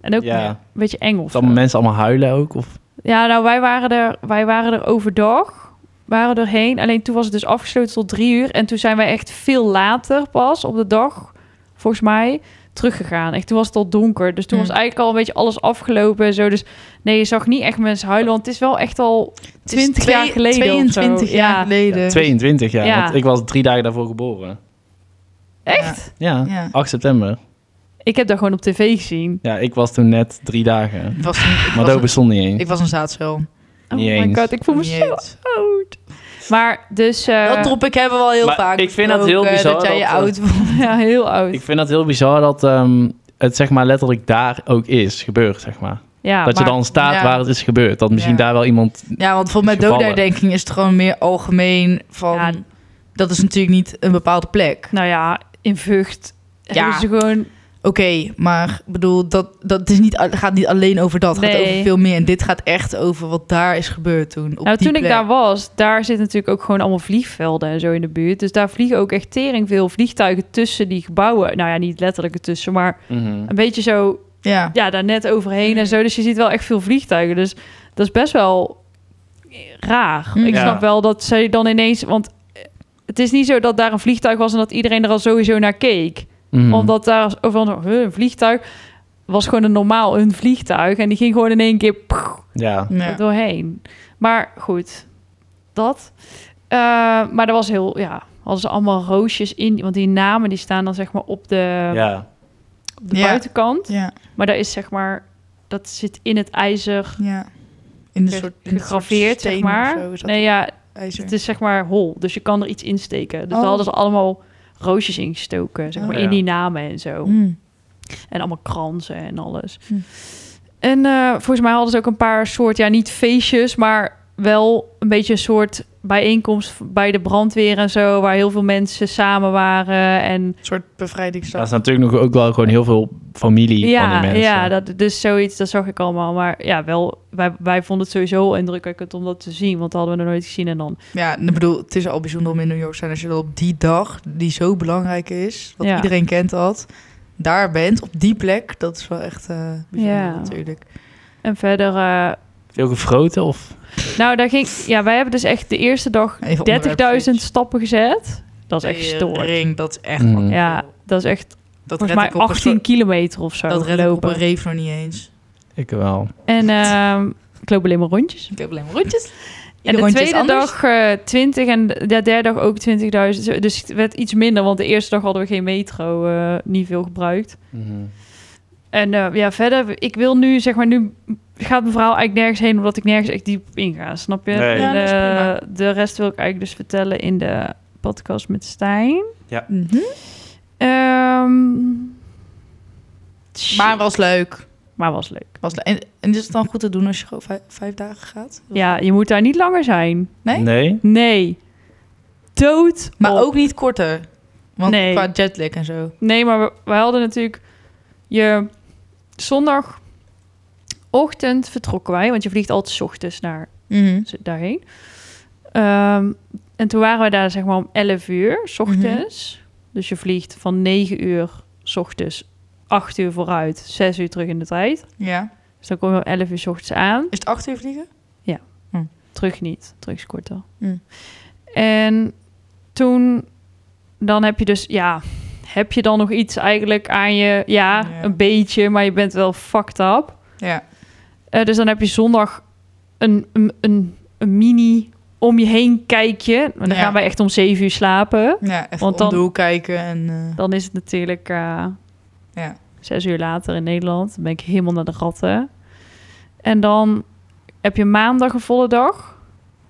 S1: En ook
S2: Ja.
S1: een beetje eng of
S2: Dat allemaal
S1: zo.
S2: mensen allemaal huilen ook? Of...
S1: Ja, nou wij waren, er, wij waren er overdag. Waren erheen. Alleen toen was het dus afgesloten tot drie uur. En toen zijn wij echt veel later pas op de dag, volgens mij, teruggegaan. Echt, toen was het al donker. Dus toen
S3: Mm.
S1: was eigenlijk al een beetje alles afgelopen en zo. Dus nee, je zag niet echt mensen huilen. Want het is wel echt al
S3: Het is
S1: 20 jaar
S3: twee-
S1: geleden. of zo.
S3: 22 jaar
S1: Ja.
S3: geleden.
S2: 22 jaar,
S1: Ja.
S2: want ik was drie dagen daarvoor geboren.
S1: Echt?
S2: Ja,
S3: Ja.
S2: 8 september.
S1: Ik heb dat gewoon op tv gezien.
S2: Ja, ik was toen net drie dagen.
S3: Ik was, een- ik
S2: Maar
S3: was
S2: dat
S3: een,
S2: bestond niet eens.
S3: Oh. ik was een zaadcel.
S1: Oh
S2: Niet
S1: my
S2: eens.
S1: god, ik voel me
S3: Niet
S1: zo
S3: eens.
S1: oud. Maar dus... eh,
S3: Dat topic hebben we al heel
S2: Maar
S3: vaak
S2: ik vind dat heel
S3: besproken,
S2: bizar
S3: Dat jij je
S2: dat, eh,
S3: oud voelt.
S1: ja, heel oud.
S2: Ik vind dat heel bizar dat ehm, het zeg maar letterlijk daar ook is gebeurd, zeg maar.
S1: ja,
S2: dat
S1: maar,
S2: je dan staat
S3: Ja.
S2: waar het is gebeurd. Dat misschien
S3: Ja.
S2: daar wel iemand...
S3: Ja, want voor mij
S2: Gevallen.
S3: doodherdenking is het gewoon meer algemeen van...
S1: Ja.
S3: Dat is natuurlijk niet een bepaalde plek.
S1: Nou ja, in Vught
S3: Ja.
S1: hebben ze gewoon...
S3: Oké, maar ik bedoel, dat, dat is niet, het gaat niet alleen over dat. Het gaat
S1: Nee.
S3: over veel meer. En dit gaat echt over wat daar is gebeurd toen. Op
S1: nou,
S3: die
S1: toen ik
S3: plek.
S1: daar was, daar zitten natuurlijk ook gewoon allemaal vliegvelden en zo in de buurt. Dus daar vliegen ook echt tering veel vliegtuigen tussen die gebouwen. Nou ja, niet letterlijk tussen, maar
S2: Mhm.
S1: een beetje zo
S3: Ja,
S1: ja, daar net overheen en zo. Dus je ziet wel echt veel vliegtuigen. Dus dat is best wel raar. Ik
S3: Hm,
S2: Ja.
S1: snap wel dat zij dan ineens... Want eh, het is niet zo dat daar een vliegtuig was... en dat iedereen er al sowieso naar keek.
S3: Hm.
S2: Mhm.
S1: Omdat daar overal zo, "Huh, een vliegtuig... was gewoon een normaal een vliegtuig. En die ging gewoon in één keer pff,
S2: Ja.
S3: ja.
S1: er doorheen. Maar goed, dat. Eh, maar er was heel... Ja, hadden ze allemaal roosjes in. Want die namen die staan dan zeg maar op de,
S2: ja.
S1: op de
S3: Ja.
S1: buitenkant.
S3: ja,
S1: Maar daar is zeg maar, dat zit in het ijzer
S3: ja. In een
S1: ge-
S3: soort in een soort
S1: gegraveerd,
S3: steen
S1: zeg
S3: of
S1: maar.
S3: zo is dat
S1: nee, ja,
S3: ijzer.
S1: het is zeg maar hol, dus je kan er iets insteken. Dus daar
S3: Oh.
S1: hadden ze allemaal roosjes ingestoken, zeg
S3: Oh.
S1: maar,
S2: Ja.
S1: in die namen en zo.
S3: Hmm.
S1: En allemaal kransen en alles.
S3: Hm.
S1: En eh, volgens mij hadden ze ook een paar soort, ja, niet feestjes, maar wel een beetje een soort bijeenkomst bij de brandweer en zo, waar heel veel mensen samen waren en
S3: Een soort bevrijdingsdag.
S2: Dat is natuurlijk nog ook wel gewoon heel veel familie van die
S1: Ja,
S2: mensen.
S1: ja dat, dus zoiets, dat zag ik allemaal. Maar ja, wel, wij, wij vonden het sowieso heel indrukwekkend om dat te zien. Want dat hadden we nog nooit gezien. En dan,
S3: Ja, ik bedoel, het is al bijzonder om in New York te zijn als je dan op die dag, die zo belangrijk is, wat
S1: Ja.
S3: iedereen kent dat, daar bent, op die plek, dat is wel echt eh, bijzonder
S1: Ja.
S3: natuurlijk.
S1: en verder, eh,
S2: Veel gefroten of...
S1: nou, daar ging, ja, wij hebben dus echt de eerste dag
S3: Even
S1: 30.000 stappen gezet. Dat is echt stoort.
S3: Ring, dat is echt
S2: Mm.
S3: fucking
S1: Ja,
S3: veel.
S1: dat is echt
S3: eh, dat
S1: volgens
S3: red
S1: mij
S3: ik op een
S1: 18
S3: soort-
S1: kilometer of zo.
S3: Dat red ik op
S1: lopen.
S3: een reef nog niet eens.
S2: Ik wel.
S1: En ehm, ik loop alleen maar rondjes.
S3: Ik heb alleen maar rondjes.
S1: En
S3: Ieder
S1: de
S3: rondje is
S1: tweede
S3: anders.
S1: dag eh 20 en de de derde dag ook 20.000. Zo, Dus het werd iets minder, want de eerste dag hadden we geen metro, eh, niet veel gebruikt. En eh, ja, verder, ik wil nu, zeg maar, nu gaat mijn verhaal eigenlijk nergens heen, omdat ik nergens echt diep op inga, snap je?
S2: Nee.
S3: Ja,
S1: En,
S3: dat is
S1: eh, de rest wil ik eigenlijk dus vertellen in de podcast met Stijn.
S3: Mhm.
S1: Ehm, shit,
S3: Maar was leuk.
S1: maar was leuk.
S3: was leuk. En, en is het dan goed te doen als je gewoon vijf, vijf dagen gaat?
S1: Ja, je moet daar niet langer zijn.
S3: Nee?
S2: Nee?
S1: Nee. Dood.
S3: Maar
S1: op.
S3: ook niet korter. Want
S1: Nee.
S3: qua jetlag en zo.
S1: Nee, maar we, we hadden natuurlijk je zondagochtend vertrokken wij, want je vliegt altijd 's ochtends naar
S3: Mhm.
S1: ze- daarheen. Ehm, en toen waren we daar zeg maar om 11 uur, s ochtends. Dus je vliegt van 9 uur, s ochtends, 8 uur vooruit, 6 uur terug in de tijd.
S3: Ja.
S1: Dus dan kom je om 11 uur s ochtends aan.
S3: Is het acht uur vliegen?
S1: Terug niet, terug is korter.
S3: Mm.
S1: En toen, dan heb je dus, ja, heb je dan nog iets eigenlijk aan je, ja,
S3: Ja.
S1: een beetje, maar je bent wel fucked up.
S3: Ja.
S1: Eh, dus dan heb je zondag een, een, een, een mini om je heen kijkje. Maar dan
S3: Ja.
S1: gaan wij echt om zeven uur slapen.
S3: Ja, even
S1: Want
S3: Want
S1: dan-
S3: om de hoek kijken en... eh,
S1: Dan is het natuurlijk eh,
S3: ja.
S1: zes uur later in Nederland. Dan ben ik helemaal naar de ratten. En dan heb je maandag een volle dag.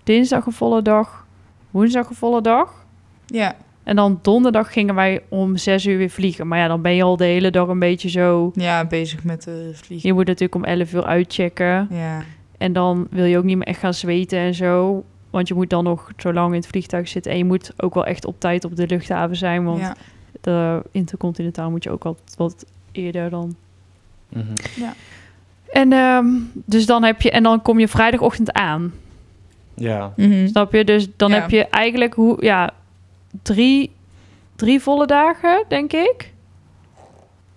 S1: Dinsdag een volle dag. Woensdag een volle dag.
S3: Ja.
S1: En dan donderdag gingen wij om zes uur weer vliegen. Maar ja, dan ben je al de hele dag een beetje zo...
S3: ja, bezig met eh, vliegen.
S1: Je moet natuurlijk om elf uur uitchecken.
S3: Ja.
S1: En dan wil je ook niet meer echt gaan zweten en zo. Want je moet dan nog zo lang in het vliegtuig zitten. En je moet ook wel echt op tijd op de luchthaven zijn. Want
S3: ja.
S1: de intercontinentaal moet je ook al wat eerder dan.
S2: Mhm.
S1: En ehm, dus dan heb je. En dan kom je vrijdagochtend aan.
S2: Ja.
S3: Mhm.
S1: Snap je? Dus dan
S3: Ja.
S1: heb je eigenlijk hoe, ja, drie, drie volle dagen, denk ik.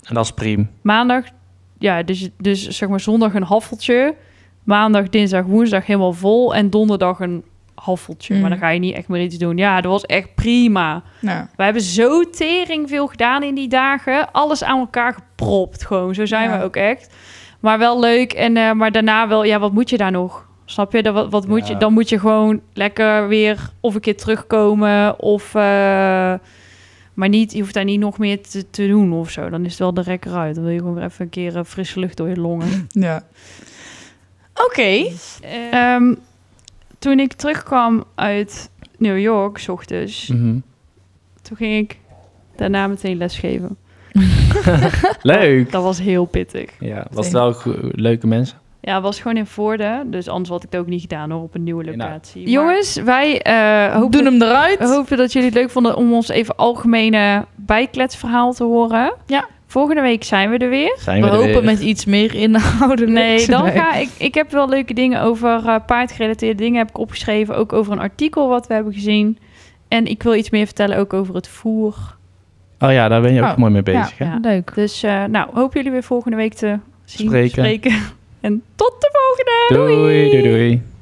S2: En dat is prima.
S1: Maandag, ja, dus, dus zeg maar zondag een haffeltje. Maandag, dinsdag, woensdag helemaal vol. En donderdag een haffeltje.
S3: Mm.
S1: Maar dan ga je niet echt meer iets doen. Ja, dat was echt prima.
S3: Nou,
S1: We hebben zo tering veel gedaan in die dagen. Alles aan elkaar gepropt gewoon. Zo zijn
S3: Ja.
S1: we ook echt. Maar wel leuk. En, eh, maar daarna wel, ja, wat moet je daar nog? Snap je? Dan, wat, wat moet je?
S2: Ja.
S1: Dan moet je gewoon lekker weer of een keer terugkomen. Of, eh, maar niet, je hoeft daar niet nog meer te, te doen of zo. Dan is het wel de rekker uit. Dan wil je gewoon weer even een keer eh, frisse lucht door je longen.
S3: ja. Oké.
S1: Ehm, toen ik terugkwam uit New York, s ochtends,
S2: Mhm.
S1: toen ging ik daarna meteen lesgeven.
S2: Leuk.
S1: Dat was heel pittig.
S2: Ja, was het wel go- leuke mensen.
S1: Ja, het was gewoon in Voorde. Dus anders had ik het ook niet gedaan hoor, op een nieuwe locatie.
S3: Nou.
S1: Jongens, wij eh, hopen,
S3: Doen hem eruit.
S1: we hopen dat jullie het leuk vonden om ons even algemene bijkletsverhaal te horen.
S3: Ja.
S1: Volgende week zijn we er weer.
S2: Zijn
S3: we
S2: we, er
S3: hopen
S2: weer.
S3: met iets meer inhouden.
S1: Nee, dan ga ik... Ik heb wel leuke dingen over eh, paardgerelateerde dingen heb ik opgeschreven. Ook over een artikel wat we hebben gezien. En ik wil iets meer vertellen ook over het voer.
S2: Oh ja, daar ben je ook
S3: Oh,
S2: mooi mee bezig.
S1: ja.
S2: hè?
S3: Leuk.
S1: Dus eh, nou, hoop jullie weer volgende week te zien.
S2: Spreken.
S1: En tot de volgende!
S2: Doei, doei, doei.